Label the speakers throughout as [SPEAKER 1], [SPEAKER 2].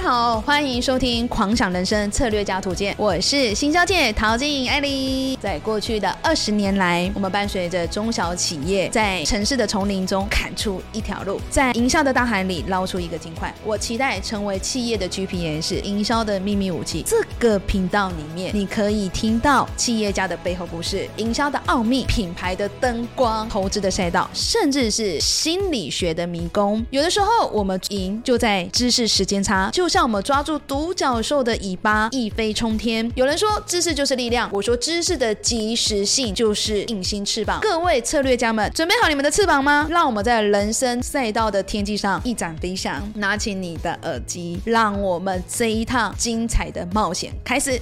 [SPEAKER 1] 好，欢迎收听《狂想人生策略家图鉴》，我是行销界陶晶莹艾莉。在过去的二十年来，我们伴随着中小企业在城市的丛林中砍出一条路，在营销的大海里捞出一个金块。我期待成为企业的 GPS，营销的秘密武器。这个频道里面，你可以听到企业家的背后故事、营销的奥秘、品牌的灯光、投资的赛道，甚至是心理学的迷宫。有的时候，我们赢就在知识时间差，就像我们抓住独角兽的尾巴，一飞冲天。有人说知识就是力量，我说知识的及时性就是隐形翅膀。各位策略家们，准备好你们的翅膀吗？让我们在人生赛道的天际上一展飞翔。拿起你的耳机，让我们这一趟精彩的冒险开始。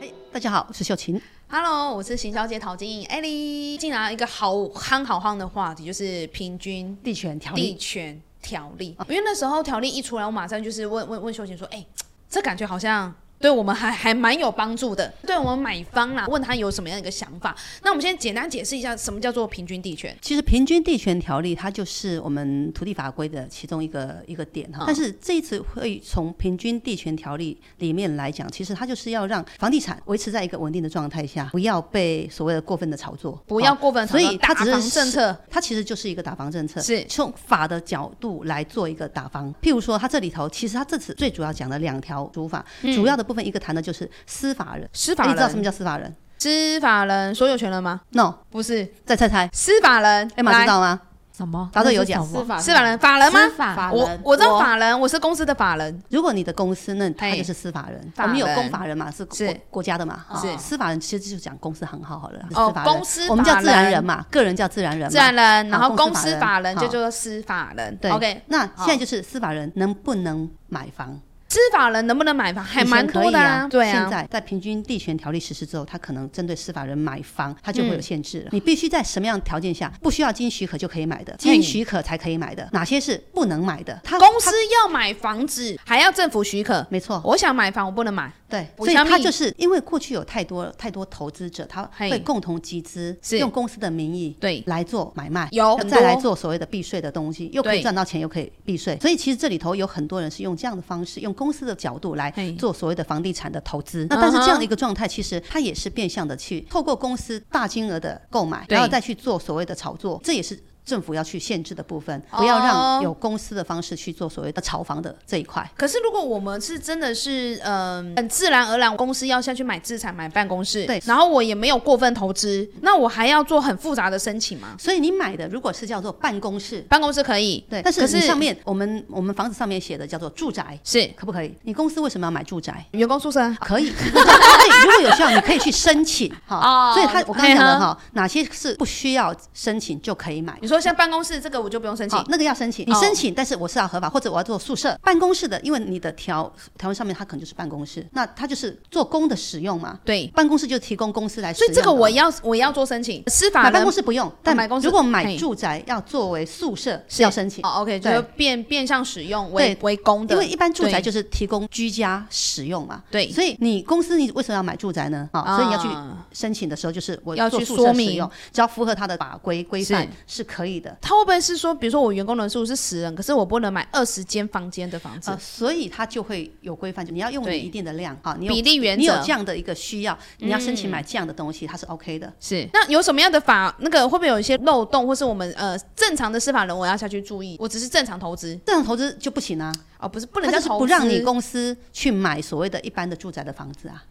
[SPEAKER 2] 哎大家好，我是秀琴。
[SPEAKER 1] Hello，我是行销界陶晶莹艾莉。竟然一个好夯好夯的话题，就是平均
[SPEAKER 2] 地权条
[SPEAKER 1] 地
[SPEAKER 2] 例，
[SPEAKER 1] 权条例，哦因为那时候条例一出来，我马上就是问问问秀琴说，哎、这感觉好像。对我们还还蛮有帮助的，对我们买方啊啦，问他有什么样一个想法。那我们先简单解释一下，什么叫做平均地权？
[SPEAKER 2] 其实平均地权条例它就是我们土地法规的其中一个一个点哈
[SPEAKER 1] 嗯。
[SPEAKER 2] 但是这一次会从平均地权条例里面来讲，其实它就是要让房地产维持在一个稳定的状态下，不要被所谓的过分的炒作，
[SPEAKER 1] 不要
[SPEAKER 2] 哦。
[SPEAKER 1] 过分讨
[SPEAKER 2] 所
[SPEAKER 1] 论，
[SPEAKER 2] 以它
[SPEAKER 1] 打
[SPEAKER 2] 只是
[SPEAKER 1] 房政策
[SPEAKER 2] 它其实就是一个打房政策，
[SPEAKER 1] 是
[SPEAKER 2] 从法的角度来做一个打房。譬如说，它这里头其实它这次最主要讲的两条主法，主要的部分一个谈的就是司法人。
[SPEAKER 1] 司
[SPEAKER 2] 哎
[SPEAKER 1] 法
[SPEAKER 2] 你知道什么
[SPEAKER 1] 人、
[SPEAKER 2] 叫司法人
[SPEAKER 1] 司法人所有权人吗？
[SPEAKER 2] ？No，
[SPEAKER 1] 不是，
[SPEAKER 2] 再猜猜，
[SPEAKER 1] 司法人
[SPEAKER 2] 艾哎玛知
[SPEAKER 1] 来
[SPEAKER 2] 道吗？
[SPEAKER 3] 什么？
[SPEAKER 2] 答对有奖
[SPEAKER 3] 奖。
[SPEAKER 1] 司法司法人法人吗？
[SPEAKER 3] 司法人
[SPEAKER 1] 我我知道
[SPEAKER 3] 我
[SPEAKER 1] 法人，我是公司的法人，
[SPEAKER 2] 如果你的公司那它
[SPEAKER 1] 嘿
[SPEAKER 2] 就是司法人，
[SPEAKER 1] 法
[SPEAKER 2] 我们有
[SPEAKER 1] 人
[SPEAKER 2] 公法人嘛，是国
[SPEAKER 1] 是
[SPEAKER 2] 国家的嘛，
[SPEAKER 1] 是
[SPEAKER 2] 哦司法人其实就讲公司行号好了，
[SPEAKER 1] 哦
[SPEAKER 2] 司法人
[SPEAKER 1] 公司
[SPEAKER 2] 我们
[SPEAKER 1] 法
[SPEAKER 2] 叫自然
[SPEAKER 1] 人
[SPEAKER 2] 人嘛，个人叫自然人嘛，
[SPEAKER 1] 自然人，然
[SPEAKER 2] 好
[SPEAKER 1] 后公
[SPEAKER 2] 啊公
[SPEAKER 1] 司
[SPEAKER 2] 司
[SPEAKER 1] 法
[SPEAKER 2] 法
[SPEAKER 1] 人就
[SPEAKER 2] 人
[SPEAKER 1] 叫做司法人。
[SPEAKER 2] 对
[SPEAKER 1] OK，
[SPEAKER 2] 那
[SPEAKER 1] 好
[SPEAKER 2] 现在就是司法人能不能买房？
[SPEAKER 1] 司法人能不能买房还
[SPEAKER 2] 以前
[SPEAKER 1] 蛮
[SPEAKER 2] 可
[SPEAKER 1] 多
[SPEAKER 2] 以
[SPEAKER 1] 的
[SPEAKER 2] 啊，
[SPEAKER 1] 对
[SPEAKER 2] 现
[SPEAKER 1] 啊，
[SPEAKER 2] 在在平均地权条例实施之后，它可能针对司法人买房，它就会有
[SPEAKER 1] 嗯
[SPEAKER 2] 限制了。你必须在什么样的条件下，不需要经许可就可以买的，
[SPEAKER 1] 嘿
[SPEAKER 2] 经许可才可以买的，哪些是不能买的？它
[SPEAKER 1] 公司
[SPEAKER 2] 它
[SPEAKER 1] 要买房子还要政府许可。
[SPEAKER 2] 没错，
[SPEAKER 1] 我想买房，我不能买，
[SPEAKER 2] 对，
[SPEAKER 1] 不
[SPEAKER 2] 所以
[SPEAKER 1] 像
[SPEAKER 2] 他
[SPEAKER 1] 密
[SPEAKER 2] 就是因为过去有太多太多投资者，他
[SPEAKER 1] 嘿
[SPEAKER 2] 会共同集资，
[SPEAKER 1] 是
[SPEAKER 2] 用公司的名义
[SPEAKER 1] 对
[SPEAKER 2] 来做买卖，
[SPEAKER 1] 有
[SPEAKER 2] 那
[SPEAKER 1] 很
[SPEAKER 2] 再来
[SPEAKER 1] 多
[SPEAKER 2] 做所谓的避税的东西，又可
[SPEAKER 1] 对
[SPEAKER 2] 以赚到钱，又可以避税。所以其实这里头有很多人是用这样的方式，用公司的角度来
[SPEAKER 1] 嘿
[SPEAKER 2] 做所谓的房地产的投资。
[SPEAKER 1] 嗯
[SPEAKER 2] 那
[SPEAKER 1] 哼
[SPEAKER 2] 但是这样的一个状态，其实它也是变相的去透过公司大金额的购买，
[SPEAKER 1] 对
[SPEAKER 2] 然后再去做所谓的炒作，这也是。政府要去限制的部分，不要
[SPEAKER 1] 哦
[SPEAKER 2] 让有公司的方式去做所谓的炒房的这一块。
[SPEAKER 1] 可是如果我们是真的是，嗯、很自然而然，公司要下去买资产、买办公室，
[SPEAKER 2] 对
[SPEAKER 1] 然后我也没有过分投资，那我还要做很复杂的申请吗？
[SPEAKER 2] 所以你买的如果是叫做办公室，
[SPEAKER 1] 办公室可以，
[SPEAKER 2] 对，但
[SPEAKER 1] 可
[SPEAKER 2] 是
[SPEAKER 1] 是
[SPEAKER 2] 你上面我们我们房子上面写的叫做住宅，
[SPEAKER 1] 是
[SPEAKER 2] 可不可以？你公司为什么要买住宅？
[SPEAKER 1] 员工宿舍啊，
[SPEAKER 2] 可以， 对，如果有需要，你可以去申请
[SPEAKER 1] 哦嗯
[SPEAKER 2] 哈。所以他我刚才讲
[SPEAKER 1] 嘿呵
[SPEAKER 2] 了哈，哪些是不需要申请就可以买。
[SPEAKER 1] 你说像办公室这个我就不用申请
[SPEAKER 2] 好，，那个要申请，你
[SPEAKER 1] 哦
[SPEAKER 2] 申请，但是我是要合法，或者我要做宿舍、办公室的，因为你的条条文上面它可能就是办公室，那它就是做工的使用嘛，
[SPEAKER 1] 对，
[SPEAKER 2] 办公室就提供公司来使
[SPEAKER 1] 所
[SPEAKER 2] 用
[SPEAKER 1] 以
[SPEAKER 2] 的。
[SPEAKER 1] 这个我要我要做申请，司法
[SPEAKER 2] 买
[SPEAKER 1] 人
[SPEAKER 2] 办公室不用，但
[SPEAKER 1] 买公司
[SPEAKER 2] 如果
[SPEAKER 1] 嘿
[SPEAKER 2] 买住宅要作为宿舍是要申请。
[SPEAKER 1] 哦，OK，就
[SPEAKER 2] 对
[SPEAKER 1] 是变变相使用为
[SPEAKER 2] 对
[SPEAKER 1] 为公的，
[SPEAKER 2] 因为一般住宅
[SPEAKER 1] 对
[SPEAKER 2] 就是提供居家使用嘛，
[SPEAKER 1] 对
[SPEAKER 2] 所以你公司你为什么要买住宅呢？啊、所以你要去
[SPEAKER 1] 啊
[SPEAKER 2] 申请的时候，就是我
[SPEAKER 1] 要
[SPEAKER 2] 做
[SPEAKER 1] 去
[SPEAKER 2] 宿
[SPEAKER 1] 说
[SPEAKER 2] 舍
[SPEAKER 1] 明
[SPEAKER 2] 使用，只要符合它的法规规范是可以的。
[SPEAKER 1] 他会不会是说，比如说我员工人数是十人，可是我不能买二十间房间的房子？
[SPEAKER 2] 呃，所以它就会有规范，就你要用你
[SPEAKER 1] 对
[SPEAKER 2] 一定的量啊，你有
[SPEAKER 1] 比例原
[SPEAKER 2] 你有
[SPEAKER 1] 则
[SPEAKER 2] 这样的一个需要，
[SPEAKER 1] 嗯
[SPEAKER 2] 你要申请买这样的东西，它是 OK 的。
[SPEAKER 1] 是，那有什么样的法？那个会不会有一些漏洞，或是我们呃正常的司法人我要下去注意？我只是正常投资
[SPEAKER 2] 这种投资就不行啊，
[SPEAKER 1] 哦，不是不能
[SPEAKER 2] 它
[SPEAKER 1] 叫
[SPEAKER 2] 就是
[SPEAKER 1] 投资，
[SPEAKER 2] 不让你公司去买所谓的一般的住宅的房子啊。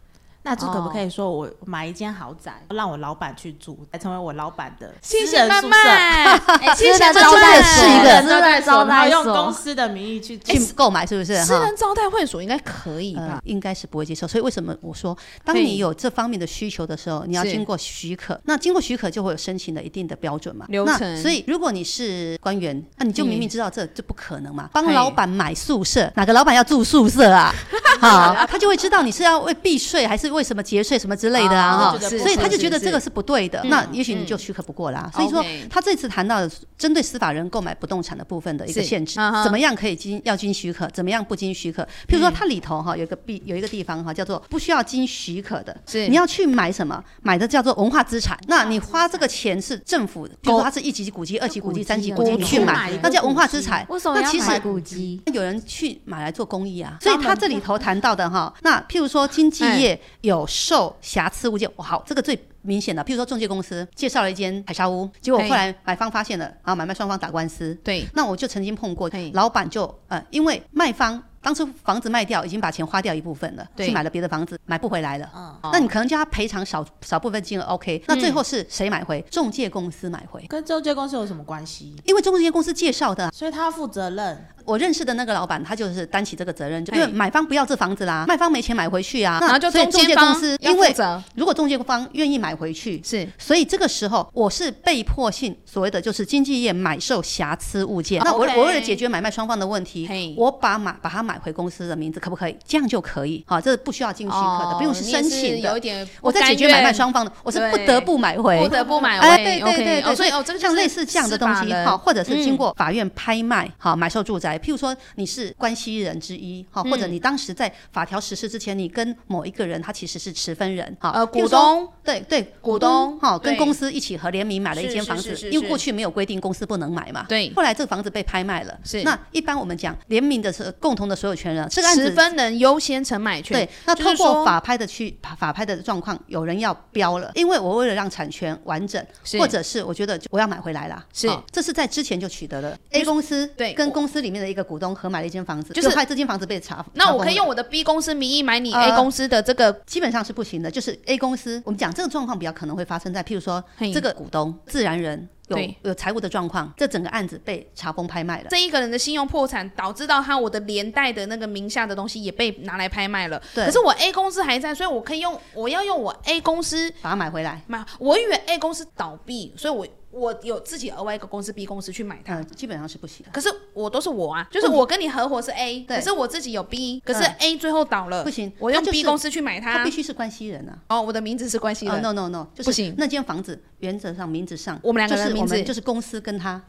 [SPEAKER 3] 那这可不可以说我买一间豪宅，让我老板去住，来成为我老板的
[SPEAKER 1] 谢
[SPEAKER 3] 私
[SPEAKER 1] 谢
[SPEAKER 3] 人
[SPEAKER 1] 慢
[SPEAKER 3] 宿 舍？
[SPEAKER 1] 慢，哎谢谢
[SPEAKER 4] 私
[SPEAKER 1] 慢
[SPEAKER 4] 人招
[SPEAKER 1] 慢
[SPEAKER 2] 所
[SPEAKER 4] 待
[SPEAKER 2] 是一个
[SPEAKER 3] 私人招待所，然后
[SPEAKER 4] 招待所
[SPEAKER 3] 用公司的名义去
[SPEAKER 1] 哎
[SPEAKER 3] 住。
[SPEAKER 2] 去购买是不是？
[SPEAKER 1] 私
[SPEAKER 2] 哈。
[SPEAKER 1] 人招待会所应该可以
[SPEAKER 2] 呃
[SPEAKER 1] 吧？，
[SPEAKER 2] 应该是不会接受。所以为什么我说，当
[SPEAKER 1] 嘿
[SPEAKER 2] 你有这方面的需求的时候，你要
[SPEAKER 1] 是
[SPEAKER 2] 经过许可。那经过许可就会有申请的一定的标准嘛，
[SPEAKER 1] 流
[SPEAKER 2] 那
[SPEAKER 1] 程
[SPEAKER 2] 所以如果你是官员，那你就
[SPEAKER 1] 嘿
[SPEAKER 2] 明明知道这这不可能嘛，帮
[SPEAKER 1] 嘿
[SPEAKER 2] 老板买宿舍，哪个老板要住宿舍啊？好，他就会知道你是要为避税还是为什么节税什么之类的啊
[SPEAKER 1] 啊
[SPEAKER 2] 哈、
[SPEAKER 1] 是
[SPEAKER 2] 所以他就是觉得
[SPEAKER 1] 是
[SPEAKER 2] 这个是不对的，
[SPEAKER 1] 嗯
[SPEAKER 2] 那也许你
[SPEAKER 1] 嗯
[SPEAKER 2] 就许可不过啦。所以说
[SPEAKER 1] OK
[SPEAKER 2] 他这次谈到的针对司法人购买不动产的部分的一个
[SPEAKER 1] 是
[SPEAKER 2] 限制
[SPEAKER 1] 啊哈，
[SPEAKER 2] 怎么样可以经要经许可，怎么样不经许可？譬如
[SPEAKER 4] 嗯
[SPEAKER 2] 说它里头哈有一个必有一个地方哈叫做不需要经许可的，
[SPEAKER 1] 是
[SPEAKER 2] 你要去买什么？买的叫做文化资产。
[SPEAKER 4] 啊
[SPEAKER 2] 那你花这个钱是政府，比如说它是一级古迹、二级古迹、三级古迹，
[SPEAKER 4] 古迹
[SPEAKER 2] 你去
[SPEAKER 3] 买
[SPEAKER 2] 买
[SPEAKER 3] 一个，
[SPEAKER 2] 那叫文化资产。
[SPEAKER 4] 为什么
[SPEAKER 2] 那
[SPEAKER 4] 要
[SPEAKER 2] 其实嗯
[SPEAKER 4] 买古籍？
[SPEAKER 2] 有人去买来做公益啊，所
[SPEAKER 4] 专
[SPEAKER 2] 以
[SPEAKER 4] 门
[SPEAKER 2] 他这里头谈到的哈，那譬如说经纪业有售瑕疵物件，哇好，这个最明显的，譬如说中介公司介绍了一间海沙屋，结果
[SPEAKER 1] 嘿
[SPEAKER 2] 后来买方发现了，然后买卖双方打官司，
[SPEAKER 1] 对，
[SPEAKER 2] 那我就曾经碰过
[SPEAKER 1] 嘿，
[SPEAKER 2] 老板就呃，因为卖方当初房子卖掉，已经把钱花掉一部分了，
[SPEAKER 1] 对
[SPEAKER 2] 去买了别的房子，买不回来了。
[SPEAKER 3] 嗯，
[SPEAKER 2] 那你可能叫他赔偿少少部分金额，OK？那最
[SPEAKER 1] 嗯
[SPEAKER 2] 后是谁买回？中介公司买回，
[SPEAKER 3] 跟中介公司有什么关系？
[SPEAKER 2] 因为中介公司介绍的啊。
[SPEAKER 3] 所以他要负责任，
[SPEAKER 2] 我认识的那个老板，他就是担起这个责任，就
[SPEAKER 1] 嘿
[SPEAKER 2] 因为买方不要这房子啦，卖方没钱买回去啊，
[SPEAKER 1] 然后就
[SPEAKER 2] 所以
[SPEAKER 1] 中
[SPEAKER 2] 中介
[SPEAKER 1] 间
[SPEAKER 2] 公
[SPEAKER 1] 方
[SPEAKER 2] 司
[SPEAKER 1] 要
[SPEAKER 2] 因
[SPEAKER 1] 负
[SPEAKER 2] 为
[SPEAKER 1] 责，哦
[SPEAKER 2] 如果中介方愿意买回去，
[SPEAKER 1] 是
[SPEAKER 2] 所以这个时候，我是被迫性所谓的就是经纪业买受瑕疵物件。那我
[SPEAKER 1] OK
[SPEAKER 2] 我为了解决买卖双方的问
[SPEAKER 1] 嘿
[SPEAKER 2] 题，我把买把它买回公司的名字，可不可以？这样就可以。好，这是不需要进许可的，不用
[SPEAKER 1] 哦
[SPEAKER 2] 是
[SPEAKER 1] 你也
[SPEAKER 2] 申请
[SPEAKER 1] 有一
[SPEAKER 2] 的。
[SPEAKER 1] 点不
[SPEAKER 2] 我在解决
[SPEAKER 1] 甘愿
[SPEAKER 2] 买卖双方的，我是不
[SPEAKER 1] 对
[SPEAKER 2] 得不买回
[SPEAKER 1] 不。得不买
[SPEAKER 2] 哎，
[SPEAKER 1] 位，
[SPEAKER 2] 对
[SPEAKER 1] OK，
[SPEAKER 2] 对对
[SPEAKER 1] 哦
[SPEAKER 2] 对，
[SPEAKER 1] 所以哦，这个就
[SPEAKER 2] 像
[SPEAKER 1] 是
[SPEAKER 2] 类似这样的东
[SPEAKER 1] 司
[SPEAKER 2] 西
[SPEAKER 1] 法，人
[SPEAKER 2] 好，或者是
[SPEAKER 1] 嗯
[SPEAKER 2] 经过法院拍卖，好买受住宅，譬如说你是关系人之一，好，或者
[SPEAKER 1] 嗯
[SPEAKER 2] 你当时在法条实施之前，你跟某一个人他其实是持分人，好，
[SPEAKER 1] 呃
[SPEAKER 2] 譬
[SPEAKER 1] 股
[SPEAKER 2] 如说
[SPEAKER 1] 东
[SPEAKER 2] 对对，
[SPEAKER 1] 股
[SPEAKER 2] 股
[SPEAKER 1] 东
[SPEAKER 2] 东哈、跟
[SPEAKER 1] 对
[SPEAKER 2] 公司一起合联名买了一
[SPEAKER 1] 是
[SPEAKER 2] 间
[SPEAKER 1] 是
[SPEAKER 2] 房
[SPEAKER 1] 是
[SPEAKER 2] 子
[SPEAKER 1] 是，
[SPEAKER 2] 因为
[SPEAKER 1] 是
[SPEAKER 2] 过去没有规定公司不能买嘛。
[SPEAKER 1] 对
[SPEAKER 2] 后来这个房子被拍卖了，
[SPEAKER 1] 是
[SPEAKER 2] 那一般我们讲联名的是共同的所有权人，这个案
[SPEAKER 1] 十
[SPEAKER 2] 子
[SPEAKER 1] 分能优先承买权，
[SPEAKER 2] 对，那
[SPEAKER 1] 就是
[SPEAKER 2] 透
[SPEAKER 1] 说
[SPEAKER 2] 过法拍的去法拍的状况，有人要标了，因为我为了让产权完整，
[SPEAKER 1] 是
[SPEAKER 2] 或者是我觉得就我要买回来啦，
[SPEAKER 1] 是
[SPEAKER 2] 好这是在之前就取得了
[SPEAKER 1] 就
[SPEAKER 2] A
[SPEAKER 1] 是
[SPEAKER 2] 公司
[SPEAKER 1] 对
[SPEAKER 2] 跟
[SPEAKER 1] 我
[SPEAKER 2] 公司里面的一个股东合买了一间房子，
[SPEAKER 1] 就是
[SPEAKER 2] 就害这间房子被查，
[SPEAKER 1] 那
[SPEAKER 2] 查
[SPEAKER 1] 我可
[SPEAKER 2] 封
[SPEAKER 1] 以
[SPEAKER 2] 了
[SPEAKER 1] 用我的 B 公司名义买你
[SPEAKER 2] 呃
[SPEAKER 1] A 公司的这个，
[SPEAKER 2] 基本上是不行的。就是 A 公司，我们讲这个状况比较可能会发生在，譬如说
[SPEAKER 1] 嘿
[SPEAKER 2] 这个股东自然人有
[SPEAKER 1] 对
[SPEAKER 2] 有财务的状况，这整个案子被查封拍卖了。
[SPEAKER 1] 这一个人的信用破产，导致到他我的连带的那个名下的东西也被拿来拍卖了。
[SPEAKER 2] 对
[SPEAKER 1] 可是我 A 公司还在，所以我可以用，我要用我 A 公司
[SPEAKER 2] 把它买回来，
[SPEAKER 1] 买，我以为 A 公司倒闭，所以我我有自己额外一个公司 B 公司去买它。
[SPEAKER 2] 嗯，基本上是不行的。
[SPEAKER 1] 可是我都是我啊，就是我跟你合伙是 A，
[SPEAKER 2] 对
[SPEAKER 1] 可是我自己有 B，可是
[SPEAKER 2] 嗯
[SPEAKER 1] A 最后倒了，
[SPEAKER 2] 不行
[SPEAKER 1] 我用
[SPEAKER 2] 它就是
[SPEAKER 1] B 公司去买
[SPEAKER 2] 他
[SPEAKER 1] 它
[SPEAKER 2] 必。须是关系人啊。
[SPEAKER 1] 哦，我的名字是关系
[SPEAKER 2] 哦
[SPEAKER 1] 人，
[SPEAKER 2] ，no no no，就是
[SPEAKER 1] 不行
[SPEAKER 2] 那间房子原则上名字上，
[SPEAKER 1] 我们两个人
[SPEAKER 2] 就是我
[SPEAKER 1] 名字
[SPEAKER 2] 们就是公司跟他。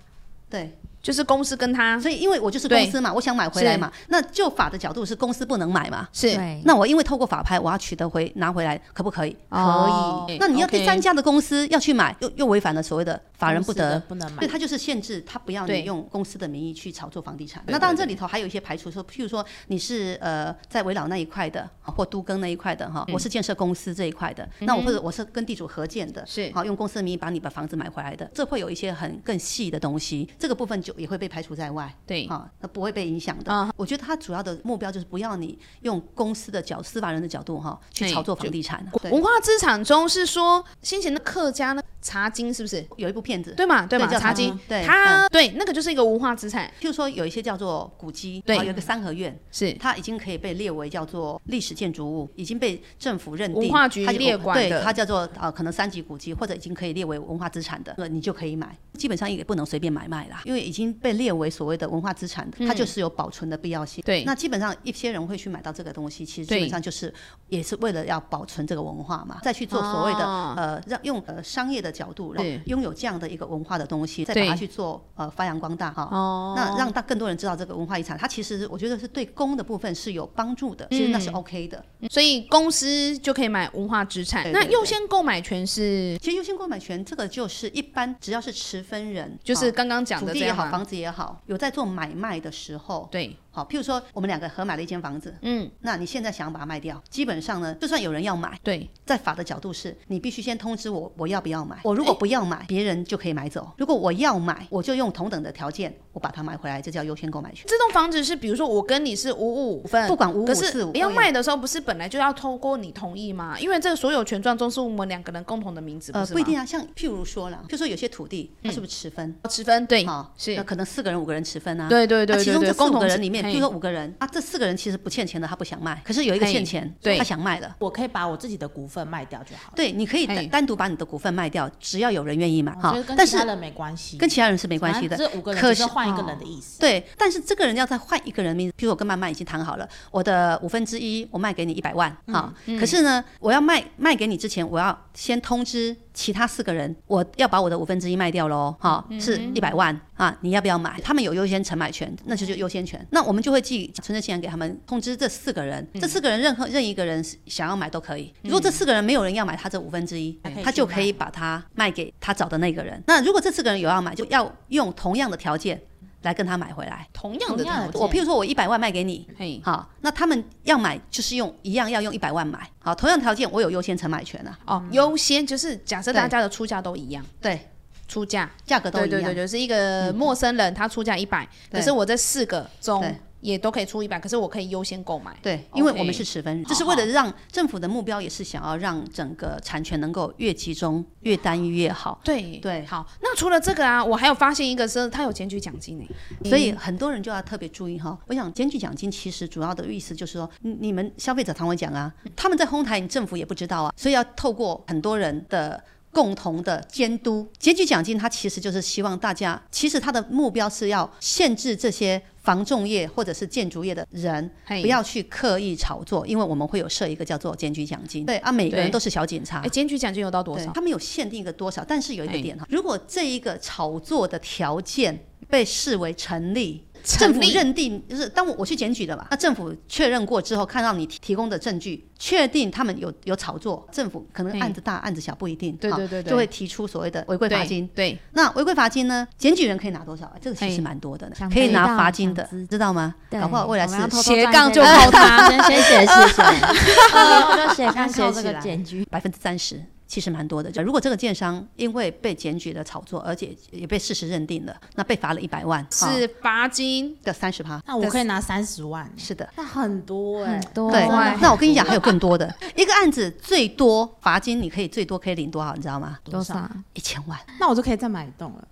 [SPEAKER 2] 对，
[SPEAKER 1] 就是公司跟他
[SPEAKER 2] 所以因为我就是
[SPEAKER 1] 对
[SPEAKER 2] 公司嘛，我想买回来嘛，那就法的角度是公司不能买嘛。
[SPEAKER 1] 是
[SPEAKER 4] 对，
[SPEAKER 2] 那我因为透过法拍，我要取得回拿回来，可不可以？
[SPEAKER 1] 哦
[SPEAKER 2] 可以。那你要
[SPEAKER 1] OK
[SPEAKER 2] 第三家的公司要去买，又又违反了所谓的法人不
[SPEAKER 3] 公司的
[SPEAKER 2] 得
[SPEAKER 3] 不能买
[SPEAKER 2] 对，。他就是限制他不要
[SPEAKER 1] 嗯对
[SPEAKER 2] 你用公司的名义去炒作房地产。那当然这里头还有一些排除，说譬如说你是呃在围绕那一块的，啊或都更那一块的
[SPEAKER 1] 嗯
[SPEAKER 2] 哈，我是建设公司这一块的，那我或者我是跟地主合建的，
[SPEAKER 1] 是
[SPEAKER 2] 好用公司的名义把你把房子买回来的，这会有一些很更细的东西，这个部分就也会被排除在外。
[SPEAKER 1] 对
[SPEAKER 2] 啊，那不会被影响
[SPEAKER 1] 啊
[SPEAKER 2] 的。我觉得它主要的目标就是不要你用公司的角、司法人的角度哈去
[SPEAKER 1] 对
[SPEAKER 2] 炒作
[SPEAKER 1] 就
[SPEAKER 2] 房地产啊。对
[SPEAKER 1] 文化资产中是说先前的客家呢茶经是不是？
[SPEAKER 2] 有一部片子，
[SPEAKER 1] 对嘛对嘛，
[SPEAKER 2] 叫
[SPEAKER 1] 茶
[SPEAKER 2] 茶
[SPEAKER 1] 经
[SPEAKER 2] 经，对嗯
[SPEAKER 1] 它对那个就是一个文化资产，
[SPEAKER 2] 譬如说有一些叫做古迹，
[SPEAKER 1] 对
[SPEAKER 2] 啊有一个三合院，
[SPEAKER 1] 是
[SPEAKER 2] 它已经可以被列为叫做历史建筑物，已经被政府认定，
[SPEAKER 1] 文化局
[SPEAKER 2] 它有
[SPEAKER 1] 列管的
[SPEAKER 2] 对，它叫做呃可能三级古迹，或者已经可以列为文化资产的，那你就可以买。基本上也不能随便买卖啦，因为已经被列为所谓的文化资产，
[SPEAKER 1] 嗯
[SPEAKER 2] 它就是有保存的必要性。
[SPEAKER 1] 对
[SPEAKER 2] 那基本上一些人会去买到这个东西，其实
[SPEAKER 1] 对
[SPEAKER 2] 基本上就是也是为了要保存这个文化嘛，再去做所谓的、
[SPEAKER 1] 哦
[SPEAKER 2] 呃让用呃商业的角度，然
[SPEAKER 1] 对
[SPEAKER 2] 后拥有这样的一个文化的东西，再
[SPEAKER 1] 对
[SPEAKER 2] 把它去做呃发扬光大哈。
[SPEAKER 1] 哦
[SPEAKER 2] 那让大更多人知道这个文化遗产，它其实是我觉得是对公的部分是有帮助
[SPEAKER 1] 嗯
[SPEAKER 2] 的，其实那是 OK 的。
[SPEAKER 1] 所以公司就可以买文化资产。
[SPEAKER 2] 对对
[SPEAKER 1] 那
[SPEAKER 2] 对
[SPEAKER 1] 优先购买权是
[SPEAKER 2] 其实优先购买权这个就是一般只要是持分人，
[SPEAKER 1] 就是
[SPEAKER 2] 啊
[SPEAKER 1] 刚刚讲
[SPEAKER 2] 土
[SPEAKER 1] 的
[SPEAKER 2] 地
[SPEAKER 1] 这
[SPEAKER 2] 也
[SPEAKER 1] 样
[SPEAKER 2] 好，
[SPEAKER 1] 吗？
[SPEAKER 2] 房子也好，有在做买卖的时候，
[SPEAKER 1] 对，
[SPEAKER 2] 好，譬如说我们两个合买了一间房子，
[SPEAKER 1] 嗯，
[SPEAKER 2] 那你现在想把它卖掉，基本上呢，就算有人要买，
[SPEAKER 1] 对，
[SPEAKER 2] 在法的角度是你必须先通知我我要不
[SPEAKER 1] 哎
[SPEAKER 2] 要买，我如果不要买，别人就可以买走；如果我要买，我就用同等的条件，我把它买回来，这叫优先购买权。
[SPEAKER 1] 这栋房子是比如说我跟你是五五五份，
[SPEAKER 2] 不管五五
[SPEAKER 1] 可
[SPEAKER 2] 四
[SPEAKER 1] 是
[SPEAKER 2] 五
[SPEAKER 1] 要
[SPEAKER 2] 都有
[SPEAKER 1] 卖的时候，不是本来就要通过你同意吗？因为这个所有权状中是我们两个人共同的名字，
[SPEAKER 2] 呃，
[SPEAKER 1] 是
[SPEAKER 2] 不
[SPEAKER 1] 吗？
[SPEAKER 2] 一定啊，像譬如说啦，譬如说有些土地，它是不是持分？
[SPEAKER 1] 哦，持分对
[SPEAKER 2] 好，
[SPEAKER 1] 是
[SPEAKER 2] 那可能四个人、五个人持分啊。
[SPEAKER 1] 对对对
[SPEAKER 2] 那
[SPEAKER 1] 对
[SPEAKER 2] 其中
[SPEAKER 1] 对，
[SPEAKER 2] 这四
[SPEAKER 1] 共
[SPEAKER 2] 五
[SPEAKER 1] 同
[SPEAKER 2] 个
[SPEAKER 1] 持
[SPEAKER 2] 人里面
[SPEAKER 1] 嘿
[SPEAKER 2] 譬如说五个人啊，这四个人其实不欠钱的，他不想卖，可是有一个
[SPEAKER 1] 嘿
[SPEAKER 2] 欠钱，
[SPEAKER 1] 对
[SPEAKER 2] 他想卖了。
[SPEAKER 3] 我可以把我自己的股份卖掉就好了。
[SPEAKER 2] 对，你可以
[SPEAKER 1] 嘿
[SPEAKER 2] 单单独把你的股份卖掉，只要有人愿意买哈
[SPEAKER 3] 所以。跟
[SPEAKER 2] 但
[SPEAKER 3] 其
[SPEAKER 2] 是
[SPEAKER 3] 他人没关系，
[SPEAKER 2] 跟其他人是没关系的
[SPEAKER 3] 反。正这五个人
[SPEAKER 2] 可
[SPEAKER 3] 只
[SPEAKER 2] 是
[SPEAKER 3] 是换一个人的意 思。
[SPEAKER 2] 对，但是这个人要再换一个人名字，比如我跟曼曼已经谈好了，我的五分之一我卖给你一百万哈、可是呢，我要卖卖给你之前，我要先通知其他四个人，我要把我的五分之一卖掉喽哈、是一百万啊，你要不要买？他们有优先承买权，那就是优先权。那我们就会寄存折信函给他们，通知这四个人，这四个人任何任意一个人想要买都可以。如果这四个人没有人要买他这五分之一
[SPEAKER 3] 他可以，
[SPEAKER 2] 哎他
[SPEAKER 3] 去
[SPEAKER 2] 就可
[SPEAKER 3] 卖
[SPEAKER 2] 以把它卖给他找的那个人。那如果这四个人有要买，就要用同样的条件来跟他买回来。
[SPEAKER 1] 同样的
[SPEAKER 3] 同样
[SPEAKER 1] 条
[SPEAKER 3] 的
[SPEAKER 1] 件，
[SPEAKER 2] 我譬如说，我一百万卖给你，
[SPEAKER 1] 嘿，
[SPEAKER 2] 好，那他们要买就是用一样要用一百万买，好，同样条件我有优先承买权啊，
[SPEAKER 1] 哦，优先就是假设
[SPEAKER 2] 对
[SPEAKER 1] 大家的出价都一样，
[SPEAKER 2] 对，
[SPEAKER 1] 出价
[SPEAKER 2] 价格都一
[SPEAKER 1] 对
[SPEAKER 2] 样，
[SPEAKER 1] 对对，就是一嗯个陌生人他出价一百，可
[SPEAKER 2] 对
[SPEAKER 1] 是我这四个中
[SPEAKER 2] 对
[SPEAKER 1] 也都可以出一百，可是我可以优先购买。
[SPEAKER 2] 对因为
[SPEAKER 1] OK
[SPEAKER 2] 我们是持分人，
[SPEAKER 1] 好
[SPEAKER 2] 这是为了让政府的目标也是想要让整个产权能够越集中、越单一越好，
[SPEAKER 1] 对
[SPEAKER 2] 对
[SPEAKER 1] 好，那除了这个啊，我还有发现一个是，它有检举奖金欸嗯呢、
[SPEAKER 2] 所以很多人就要特别注意哈。我想检举奖金其实主要的意思就是说，你你们消费者常会讲啊，他们在哄抬你，政府也不知道啊，所以要透过很多人的。共同的监督，检举奖金它其实就是希望大家，其实它的目标是要限制这些房仲业或者是建筑业的人
[SPEAKER 1] 嘿
[SPEAKER 2] 不要去刻意炒作，因为我们会有设一个叫做检举奖金。对啊，每个人
[SPEAKER 1] 对
[SPEAKER 2] 都是小警察
[SPEAKER 1] 哎，，检举奖金有到多
[SPEAKER 2] 对，
[SPEAKER 1] 少？
[SPEAKER 2] 他们有限定一个多少，但是有一个
[SPEAKER 1] 哎
[SPEAKER 2] 点哈，如果这一个炒作的条件被视为成立。
[SPEAKER 1] 成
[SPEAKER 2] 政府
[SPEAKER 1] 立
[SPEAKER 2] 认定就是，当我我去检举的嘛，那政府确认过之后，看到你提提供的证据，确定他们有有炒作，政府可能
[SPEAKER 1] 哎
[SPEAKER 2] 案子大案子小不一定，
[SPEAKER 1] 对
[SPEAKER 2] 哈
[SPEAKER 1] 对对对
[SPEAKER 2] 就会提出所谓的违规罚金。
[SPEAKER 1] 对，
[SPEAKER 2] 那违规罚金呢？检举人可以拿多少？这个其
[SPEAKER 1] 哎
[SPEAKER 2] 实蛮多的呢
[SPEAKER 4] 想，
[SPEAKER 2] 可以
[SPEAKER 4] 知
[SPEAKER 2] 拿
[SPEAKER 4] 道
[SPEAKER 2] 罚金
[SPEAKER 4] 想
[SPEAKER 2] 的
[SPEAKER 4] 知，
[SPEAKER 2] 知道吗？
[SPEAKER 4] 对
[SPEAKER 2] 搞不好未来
[SPEAKER 4] 我
[SPEAKER 2] 是
[SPEAKER 4] 们要偷偷
[SPEAKER 1] 斜
[SPEAKER 4] 赚一
[SPEAKER 1] 杠
[SPEAKER 4] 些
[SPEAKER 1] 就
[SPEAKER 4] 钱
[SPEAKER 1] 靠它
[SPEAKER 4] 先先学谢谢，我就斜杠
[SPEAKER 3] 杠
[SPEAKER 4] 靠
[SPEAKER 3] 靠
[SPEAKER 4] 这
[SPEAKER 3] 这
[SPEAKER 4] 个
[SPEAKER 3] 个
[SPEAKER 4] 检举，
[SPEAKER 2] 百分之三十，其实蛮多的。如果这个建商因为被检举了炒作，而且也被事实认定了，那被罚了一百万，
[SPEAKER 1] 是罚金。
[SPEAKER 2] 的三十趴，
[SPEAKER 3] 那我可以拿三十万，欸
[SPEAKER 2] 是的。
[SPEAKER 3] 那很多哎、
[SPEAKER 4] 多
[SPEAKER 2] 对
[SPEAKER 1] 哇，
[SPEAKER 2] 哦那我跟你讲，还有更多的。 一个案子最多罚金，你可以最多可以领多少，你知道吗？
[SPEAKER 4] 多少？啊
[SPEAKER 2] 一千万。
[SPEAKER 3] 那我就可以再买一栋了。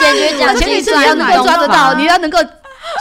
[SPEAKER 4] 检举奖
[SPEAKER 2] 前提
[SPEAKER 4] 金
[SPEAKER 2] 是你要
[SPEAKER 4] 赚
[SPEAKER 2] 能够抓得到，你
[SPEAKER 4] 你
[SPEAKER 2] 要能够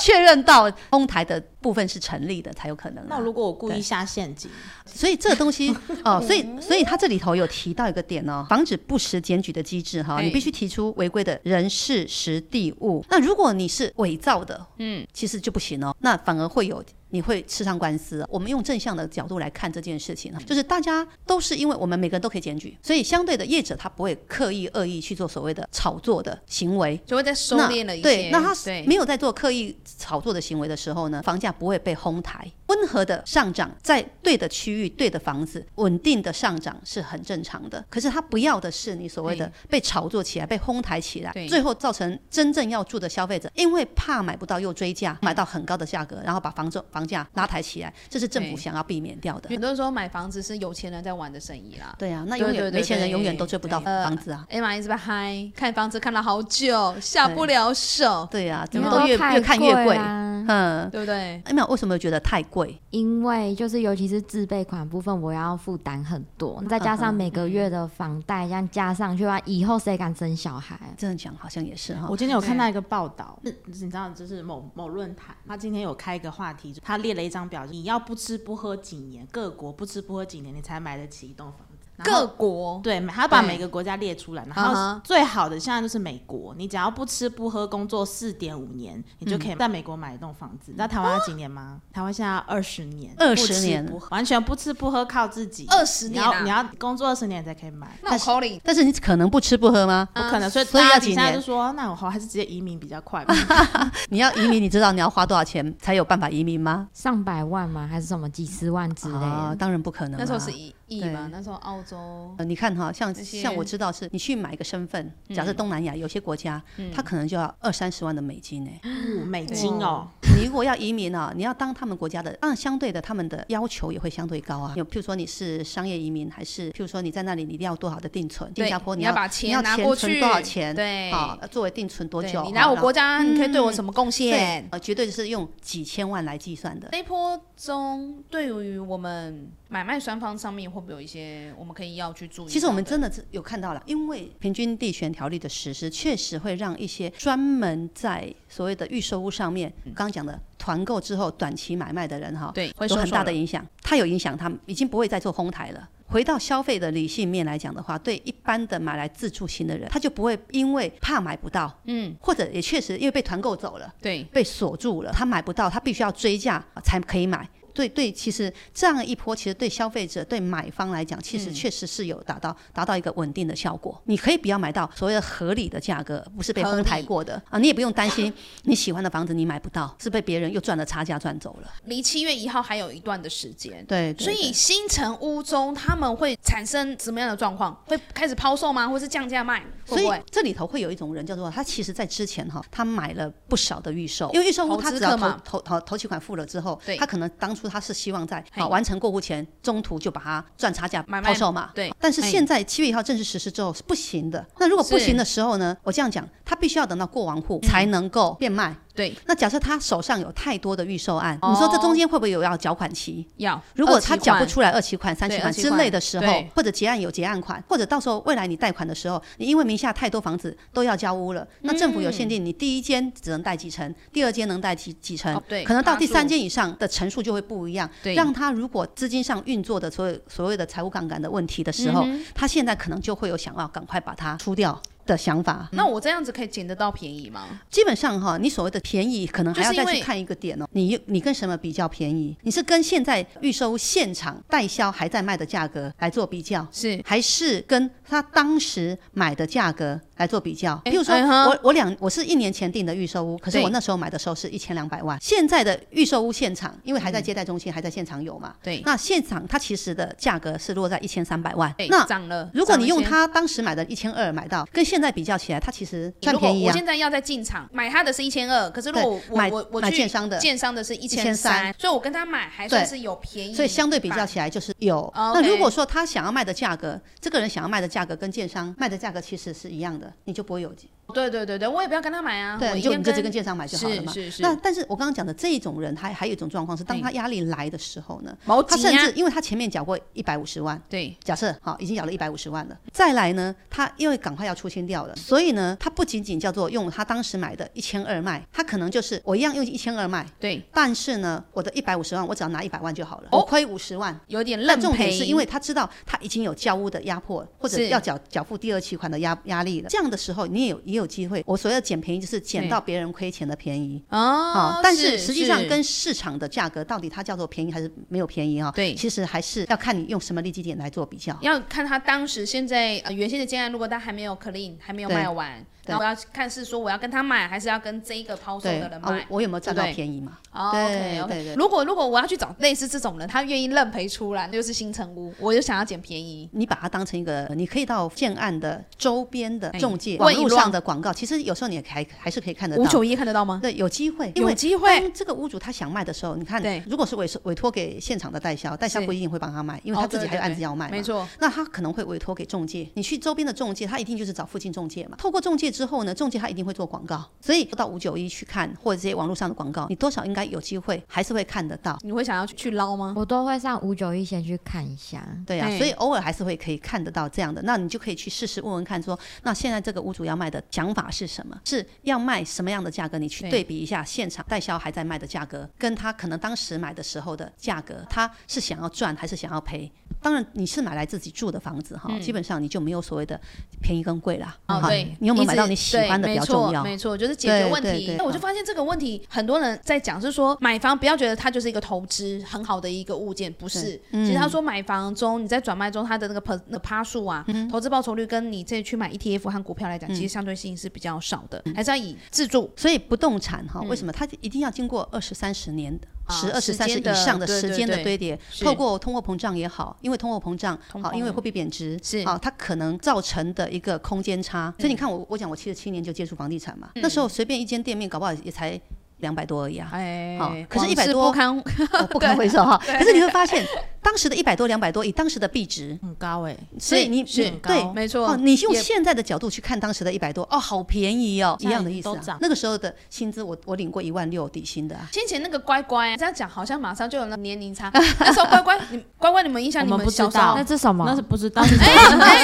[SPEAKER 2] 确认到哄抬的部分是成立的才有可能啊、
[SPEAKER 3] 那如果我故意下陷阱，
[SPEAKER 2] 所以这个东西哦，所以所以它这里头有提到一个点哦，防止不实检举的机制哈，
[SPEAKER 1] 哎
[SPEAKER 2] 你必须提出违规的人事实地物。那如果你是伪造的，嗯，其实就不行哦，那反而会有。你会吃上官司。我们用正向的角度来看这件事情，啊就是大家都是因为我们每个人都可以检举，所以相对的业者他不会刻意恶意去做所谓的炒作的行为。
[SPEAKER 1] 就会再收
[SPEAKER 2] 那
[SPEAKER 1] 敛了一些。
[SPEAKER 2] 对，那他
[SPEAKER 1] 对
[SPEAKER 2] 没有在做刻意炒作的行为的时候呢，房价不会被哄抬，温和的上涨，在对的区域、对的房子，稳定的上涨是很正常的。可是他不要的是你所谓的
[SPEAKER 1] 对
[SPEAKER 2] 被炒作起来、被哄抬起来
[SPEAKER 1] 对，
[SPEAKER 2] 最后造成真正要住的消费者因为怕买不到又追
[SPEAKER 1] 嗯
[SPEAKER 2] 价，买到很高的价格，然后把房子房价拉抬起来，这是政府
[SPEAKER 1] 对
[SPEAKER 2] 想要避免掉的。
[SPEAKER 1] 很多人说买房子是有钱人在玩的生意啦。
[SPEAKER 2] 对啊，那
[SPEAKER 1] 对
[SPEAKER 2] 永
[SPEAKER 1] 对
[SPEAKER 2] 远
[SPEAKER 1] 对
[SPEAKER 2] 没钱人
[SPEAKER 1] 对
[SPEAKER 2] 永远都追不到
[SPEAKER 1] 对呃
[SPEAKER 2] 房子啊。
[SPEAKER 1] 哎妈，一直被嗨，看房子看了好久，下不了手，
[SPEAKER 2] 对啊，怎
[SPEAKER 4] 们
[SPEAKER 2] 么都越
[SPEAKER 4] 太
[SPEAKER 2] 越看越贵。
[SPEAKER 4] 啦
[SPEAKER 2] 嗯，
[SPEAKER 1] 对不对？
[SPEAKER 2] 哎妈，为什么觉得太贵？
[SPEAKER 4] 因为就是尤其是自备款部分，我要负担很多，再加上每个月的房贷，这样加上去的话，以后谁敢生小孩？
[SPEAKER 2] 这样讲好像也是哈。
[SPEAKER 3] 我今天有看到一个报道，是你知道，就是某某论坛，他今天有开一个话题，他列了一张表，你要不吃不喝几年，各国不吃不喝几年，你才买得起一栋房子。然后
[SPEAKER 1] 各国
[SPEAKER 3] 对，嗯他把
[SPEAKER 1] 对
[SPEAKER 3] 每个国家列出来，然
[SPEAKER 1] 啊
[SPEAKER 3] 后
[SPEAKER 1] 哈
[SPEAKER 3] 最好的现在就是美国，你只要不吃不喝，工作四点五年，你就可以在美国买一栋房子。你知道台湾要几年吗？台湾现在要二十年，
[SPEAKER 2] 20
[SPEAKER 3] 不吃
[SPEAKER 2] 年
[SPEAKER 3] 不喝完全不吃不喝，靠自己。
[SPEAKER 1] 20
[SPEAKER 3] 你
[SPEAKER 1] 年
[SPEAKER 3] 要
[SPEAKER 1] 啊
[SPEAKER 3] 你要工作二十年才可以买。
[SPEAKER 1] 那我口里
[SPEAKER 2] 但是你可能不吃不喝吗？
[SPEAKER 3] 不可能，所以
[SPEAKER 2] 所以要
[SPEAKER 3] 大家
[SPEAKER 2] 几
[SPEAKER 3] 现在
[SPEAKER 2] 年
[SPEAKER 3] 就说，哦那我还是直接移民比较快吧。
[SPEAKER 2] 你要移民，你知道你要花多少钱才有办法移民吗？
[SPEAKER 4] 上百万吗？还是什么几十万之类
[SPEAKER 2] 啊
[SPEAKER 4] 的？，
[SPEAKER 2] 当然不可能啊。
[SPEAKER 1] 那时候是一亿嘛
[SPEAKER 2] 对，
[SPEAKER 1] 那时候澳洲
[SPEAKER 2] 呃。你看哈，像
[SPEAKER 1] 那些嗯
[SPEAKER 2] 像我知道是，你去买一个身份，假设东南亚有些国家，他可能就要二三十万的美金 呢。
[SPEAKER 3] 五美金哦，
[SPEAKER 2] 你如果要移民啊，你要当他们国家的，那相对的他们的要求也会相对高啊。有譬如说你是商业移民，还是譬如说你在那里你一定要多少的定存？
[SPEAKER 1] 对
[SPEAKER 2] 新加坡
[SPEAKER 1] 你
[SPEAKER 2] 要
[SPEAKER 1] 要把
[SPEAKER 2] 你
[SPEAKER 1] 钱
[SPEAKER 2] 要
[SPEAKER 1] 拿过
[SPEAKER 2] 存
[SPEAKER 1] 去，
[SPEAKER 2] 多少钱？
[SPEAKER 1] 对，
[SPEAKER 2] 啊，作为定存多
[SPEAKER 1] 对
[SPEAKER 2] 久？啊
[SPEAKER 1] 你来我国
[SPEAKER 2] 家
[SPEAKER 1] 家，你可以对我什么贡
[SPEAKER 2] 对
[SPEAKER 1] 献？，
[SPEAKER 2] 呃，绝对是用几千万来计算的。
[SPEAKER 1] 那一波中，对于我们买卖双方上面会会不会有一些我们可以要去注意到的？
[SPEAKER 2] 其实我们真的是有看到了，因为平均地权条例的实施，确实会让一些专门在所谓的预售屋上面，刚刚讲的团购之后短期买卖的人哈，
[SPEAKER 1] 对嗯会受
[SPEAKER 2] 有很
[SPEAKER 1] 受
[SPEAKER 2] 大的
[SPEAKER 1] 了
[SPEAKER 2] 影响，它有影响，他们已经不会再做哄抬了。回到消费的理性面来讲的话，对一般的买来自住型的人，他就不会因为怕买不到，嗯，或者也确实因为被团购走了。
[SPEAKER 1] 对
[SPEAKER 2] 被锁住了，他买不到，他必须要追价啊才可以买。对对，其实这样一波，其实对消费者、对买方来讲，其实确实是有达到达到一个稳定的效果。你可以不要买到所谓的合理的价格，不是被
[SPEAKER 1] 合理
[SPEAKER 2] 哄抬过的啊，你也不用担心你喜欢的房子你买不到，是被别人又赚了差价赚走了。
[SPEAKER 1] 离七月一号还有一段的时间。
[SPEAKER 2] 对，对
[SPEAKER 1] 所以新城屋中他们会产生什么样的状况？会开始抛售吗？或是降价卖？
[SPEAKER 2] 所
[SPEAKER 1] 会不会
[SPEAKER 2] 以这里头会有一种人叫做他，其实在之前哈，他买了不少的预售，因为预售
[SPEAKER 1] 哦投
[SPEAKER 2] 屋他
[SPEAKER 1] 资
[SPEAKER 2] 只要
[SPEAKER 1] 客
[SPEAKER 2] 投
[SPEAKER 1] 嘛
[SPEAKER 2] 投投投期款付了之后
[SPEAKER 1] 对，
[SPEAKER 2] 他可能当初他是希望在
[SPEAKER 1] 嘿
[SPEAKER 2] 啊完成过户前中途就把它赚差价
[SPEAKER 1] 买卖
[SPEAKER 2] 抛售嘛。
[SPEAKER 1] 对
[SPEAKER 2] 但是
[SPEAKER 1] 嘿
[SPEAKER 2] 现在七月一号正式实施之后是不行的。那如果不
[SPEAKER 1] 是嗯
[SPEAKER 2] 行的时候呢，我这样讲，他必须要等到过完户才能够变卖。
[SPEAKER 1] 对
[SPEAKER 2] 那假设他手上有太多的预售案，
[SPEAKER 1] 哦
[SPEAKER 2] 你说这中间会不会有要缴款期？
[SPEAKER 1] 要？
[SPEAKER 2] 如果
[SPEAKER 1] 二期
[SPEAKER 2] 他缴不
[SPEAKER 1] 款
[SPEAKER 2] 出来二期款、三期
[SPEAKER 1] 对
[SPEAKER 2] 款
[SPEAKER 1] 二期
[SPEAKER 2] 之
[SPEAKER 1] 款
[SPEAKER 2] 类的时候
[SPEAKER 1] 对，
[SPEAKER 2] 或者结案有结案款，或者到时候未来你贷款的时候，你因为名下太多房子都要交屋了，那政府有
[SPEAKER 1] 嗯
[SPEAKER 2] 限定，你第一间只能贷几成，第二间能贷几几成
[SPEAKER 1] 哦，对
[SPEAKER 2] 可能到
[SPEAKER 1] 趴
[SPEAKER 2] 第三
[SPEAKER 1] 住
[SPEAKER 2] 间以上的成数就会不一样
[SPEAKER 1] 对。
[SPEAKER 2] 让他如果资金上运作的所有所谓的财务杠杆的问题的时候，
[SPEAKER 1] 嗯
[SPEAKER 2] 他现在可能就会有想要赶快把它出掉的想法。
[SPEAKER 1] 那我这样子可以捡得到便宜吗？
[SPEAKER 2] 基本上哈，你所谓的便宜，可能还要
[SPEAKER 1] 就是因
[SPEAKER 2] 再
[SPEAKER 1] 为
[SPEAKER 2] 去看一个点哦。你你跟什么比较便宜？你是跟现在预售现场代销还在卖的价格来做比较，
[SPEAKER 1] 是
[SPEAKER 2] 还是跟他当时买的价格来做比较？
[SPEAKER 1] 哎
[SPEAKER 2] 譬如说，
[SPEAKER 1] 嗯哼
[SPEAKER 2] 我我两我是一年前订的预售屋，可是
[SPEAKER 1] 对
[SPEAKER 2] 我那时候买的时候是一千两百万，现在的预售屋现场，因为还在接待中心，还在现场有嘛，
[SPEAKER 1] 对
[SPEAKER 2] 那现场它其实的价格是落在一千三百万
[SPEAKER 1] 对，，
[SPEAKER 2] 那。
[SPEAKER 1] 涨了。
[SPEAKER 2] 如果
[SPEAKER 1] 涨
[SPEAKER 2] 你
[SPEAKER 1] 了
[SPEAKER 2] 用
[SPEAKER 1] 钱
[SPEAKER 2] 它当时买的一千二买到，跟现在比较起来，它其实算
[SPEAKER 1] 如果
[SPEAKER 2] 便宜
[SPEAKER 1] 我
[SPEAKER 2] 啊。
[SPEAKER 1] 现在要再进场买它的是一千二，可是如果我
[SPEAKER 2] 对
[SPEAKER 1] 我
[SPEAKER 2] 买
[SPEAKER 1] 我我
[SPEAKER 2] 买
[SPEAKER 1] 去
[SPEAKER 2] 建商的
[SPEAKER 1] 建商的是一千三，
[SPEAKER 2] 1300
[SPEAKER 1] 所以我跟他买还算
[SPEAKER 2] 对
[SPEAKER 1] 是有便宜，
[SPEAKER 2] 所以相对比较。起来就是有。
[SPEAKER 1] 哦
[SPEAKER 2] 那
[SPEAKER 1] OK
[SPEAKER 2] 如果说他想要卖的价格，这个人想要卖的价格跟建商卖的价格其实是一样的，你就不会有，
[SPEAKER 1] 对对对对，我也不要跟他买啊，
[SPEAKER 2] 对，
[SPEAKER 1] 我
[SPEAKER 2] 你
[SPEAKER 1] 哦一
[SPEAKER 2] 就
[SPEAKER 1] 定
[SPEAKER 2] 你就只跟建商买就好了嘛。
[SPEAKER 1] 是是是，
[SPEAKER 2] 那但是我刚刚讲的这一种人，还还有一种状况是，当
[SPEAKER 1] 嘿
[SPEAKER 2] 他压力来的时候呢，
[SPEAKER 1] 毛
[SPEAKER 2] 他
[SPEAKER 1] 巾
[SPEAKER 2] 甚至
[SPEAKER 1] 啊，
[SPEAKER 2] 因为他前面缴过一百五十万。
[SPEAKER 1] 对
[SPEAKER 2] 假设好，已经缴了一百五十万了，再来呢，他因为赶快要出清掉了，所以呢，他不仅仅叫做用他当时买的一千二卖，他可能就是我一样用一千二卖，
[SPEAKER 1] 对，
[SPEAKER 2] 但是呢，我的一百五十万我只要拿一百万就好了，
[SPEAKER 1] 哦
[SPEAKER 2] 我亏五十万，
[SPEAKER 1] 有点
[SPEAKER 2] 那
[SPEAKER 1] 愣
[SPEAKER 2] 重点
[SPEAKER 1] 赔，
[SPEAKER 2] 是因为他知道他已经有交屋的压迫，或者
[SPEAKER 1] 是
[SPEAKER 2] 要缴缴付第二期款的压压力了。这样的时候，你也有也有机会。我所谓的捡便宜，就是捡到别人亏钱的便宜。啊
[SPEAKER 1] 哦，
[SPEAKER 2] 但是实际上
[SPEAKER 1] 是
[SPEAKER 2] 跟市场的价格到底它叫做便宜还是没有便宜啊、
[SPEAKER 1] 对
[SPEAKER 2] 其实还是要看你用什么利基点来做比较。
[SPEAKER 1] 要看他当时现在呃原先的建案，如果他还没有 clean，还没有
[SPEAKER 2] 对
[SPEAKER 1] 卖完，
[SPEAKER 2] 对
[SPEAKER 1] 然后我要看是说我要跟他买，还是要跟这一个抛售
[SPEAKER 2] 对
[SPEAKER 1] 的
[SPEAKER 2] 啊
[SPEAKER 1] 人，买。
[SPEAKER 2] 我我有没有占到
[SPEAKER 1] 对不对
[SPEAKER 2] 便宜嘛？
[SPEAKER 1] 哦 o k
[SPEAKER 2] 对对
[SPEAKER 1] OK，
[SPEAKER 2] 对
[SPEAKER 1] 如果如果我要去找类似这种人，他愿意认赔出来，那就是新城屋，我就想要捡便宜。
[SPEAKER 2] 你把它当成一个，你可以到建案的周边的
[SPEAKER 1] 哎
[SPEAKER 2] 中介、
[SPEAKER 1] 问
[SPEAKER 2] 网
[SPEAKER 1] 一
[SPEAKER 2] 络
[SPEAKER 1] 乱
[SPEAKER 2] 上的广告，其实有时候你也还还是可以看得
[SPEAKER 1] 五
[SPEAKER 2] 到。
[SPEAKER 1] 九一看得到吗？
[SPEAKER 2] 对，有机会，因
[SPEAKER 1] 有
[SPEAKER 2] 为
[SPEAKER 1] 机会，
[SPEAKER 2] 当这个屋主他想卖的时候，你看
[SPEAKER 1] 对，
[SPEAKER 2] 如果是委委托给现场的代销，代销
[SPEAKER 1] 是
[SPEAKER 2] 不一定会帮他卖，因为
[SPEAKER 1] 哦
[SPEAKER 2] 他自己
[SPEAKER 1] 对
[SPEAKER 2] 还有
[SPEAKER 1] 对
[SPEAKER 2] 案
[SPEAKER 1] 对
[SPEAKER 2] 子要卖嘛。
[SPEAKER 1] 没错，
[SPEAKER 2] 那他可能会委托给中介，你去周边的中介，他一定就是找附近中介嘛。透过中介之后呢，中介他一定会做广告，所以到五九一去看或者这些网络上的广告，你多少应该有机会还是会看得到。
[SPEAKER 1] 你会想要去去捞吗？
[SPEAKER 4] 我都会上五九一先去看一下。
[SPEAKER 2] 对呀、
[SPEAKER 1] 哎
[SPEAKER 2] 所以偶尔还是会可以看得到这样的，那你就可以去试试问问看说那现在这个屋主要卖的想法是什么？是要卖什么样的价格？你去
[SPEAKER 1] 对
[SPEAKER 2] 对比一下现场代销还在卖的价格，跟他可能当时买的时候的价格，他是想要赚还是想要赔？当然，你是买来自己住的房子哈，基本上你就没有所谓的便宜跟贵啦。
[SPEAKER 1] 嗯哦，
[SPEAKER 2] 哈
[SPEAKER 1] 对，
[SPEAKER 2] 你有没有买到
[SPEAKER 1] 一直
[SPEAKER 2] 你喜欢的
[SPEAKER 1] 对
[SPEAKER 2] 比较重要
[SPEAKER 1] 没错，。没错，就是解决
[SPEAKER 2] 对
[SPEAKER 1] 问
[SPEAKER 2] 对
[SPEAKER 1] 题
[SPEAKER 2] 对。嗯
[SPEAKER 1] 那我就发现这个问题，很多人在讲是说，买房不要觉得它就是一个投资很好的一个物件，不是。
[SPEAKER 2] 嗯
[SPEAKER 1] 其实他说买房中，你在转卖中，它的那个 per 那个趴数啊，
[SPEAKER 2] 嗯
[SPEAKER 1] 投资报酬率跟你这去买 ETF 和股票来讲，其实相对性是比较少的，还是要以自住。
[SPEAKER 2] 所以不动产哈，为什么它一定要经过二十三十年的？
[SPEAKER 1] 嗯啊
[SPEAKER 2] 十、二十、
[SPEAKER 1] 时
[SPEAKER 2] 三十
[SPEAKER 1] 间的
[SPEAKER 2] 以上的
[SPEAKER 1] 对对
[SPEAKER 2] 时间的
[SPEAKER 1] 对
[SPEAKER 2] 堆叠，
[SPEAKER 1] 是
[SPEAKER 2] 透过通货膨胀也好，因为通货膨胀
[SPEAKER 1] 通
[SPEAKER 2] 好，因为
[SPEAKER 1] 膨
[SPEAKER 2] 货币贬值
[SPEAKER 1] 是嗯
[SPEAKER 2] 啊，它可能造成的一个空间差。所以你看我，我讲我七十七年就接触房地产嘛，那时候随便一间店面搞不好也才两百多而已啊，
[SPEAKER 1] 哎
[SPEAKER 2] 好可是
[SPEAKER 1] 往
[SPEAKER 2] 100
[SPEAKER 1] 事
[SPEAKER 2] 多
[SPEAKER 1] 不堪
[SPEAKER 2] 哦不堪回首哈。可是你会发现，当时的一百多、两百多，以当时的币值，
[SPEAKER 3] 很高哎、
[SPEAKER 2] 所以你
[SPEAKER 1] 是
[SPEAKER 2] 你对
[SPEAKER 3] 高
[SPEAKER 1] 没错
[SPEAKER 2] 哦，，你用
[SPEAKER 1] 也
[SPEAKER 2] 现在的角度去看当时的一百多，哦，好便宜哦，一
[SPEAKER 3] 现在
[SPEAKER 2] 样的意思、
[SPEAKER 3] 都涨
[SPEAKER 2] 啊。那个时候的薪资我，我领过一万六底 薪的、啊，
[SPEAKER 1] 先前那个乖乖，啊这样讲好像马上就有那年龄 差。那时候乖乖，你乖乖，你们印象你
[SPEAKER 3] 我们不知
[SPEAKER 1] 小时候
[SPEAKER 3] 道
[SPEAKER 4] 那这什么
[SPEAKER 3] 那是？不知道是
[SPEAKER 1] 哎哎，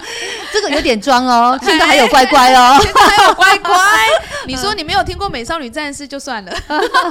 [SPEAKER 1] 是
[SPEAKER 2] 这个有点装哦，
[SPEAKER 1] 哎
[SPEAKER 2] 现在还有乖乖哦。
[SPEAKER 1] 现在还有乖乖，你说你没有听过《美少女战士》就 算了，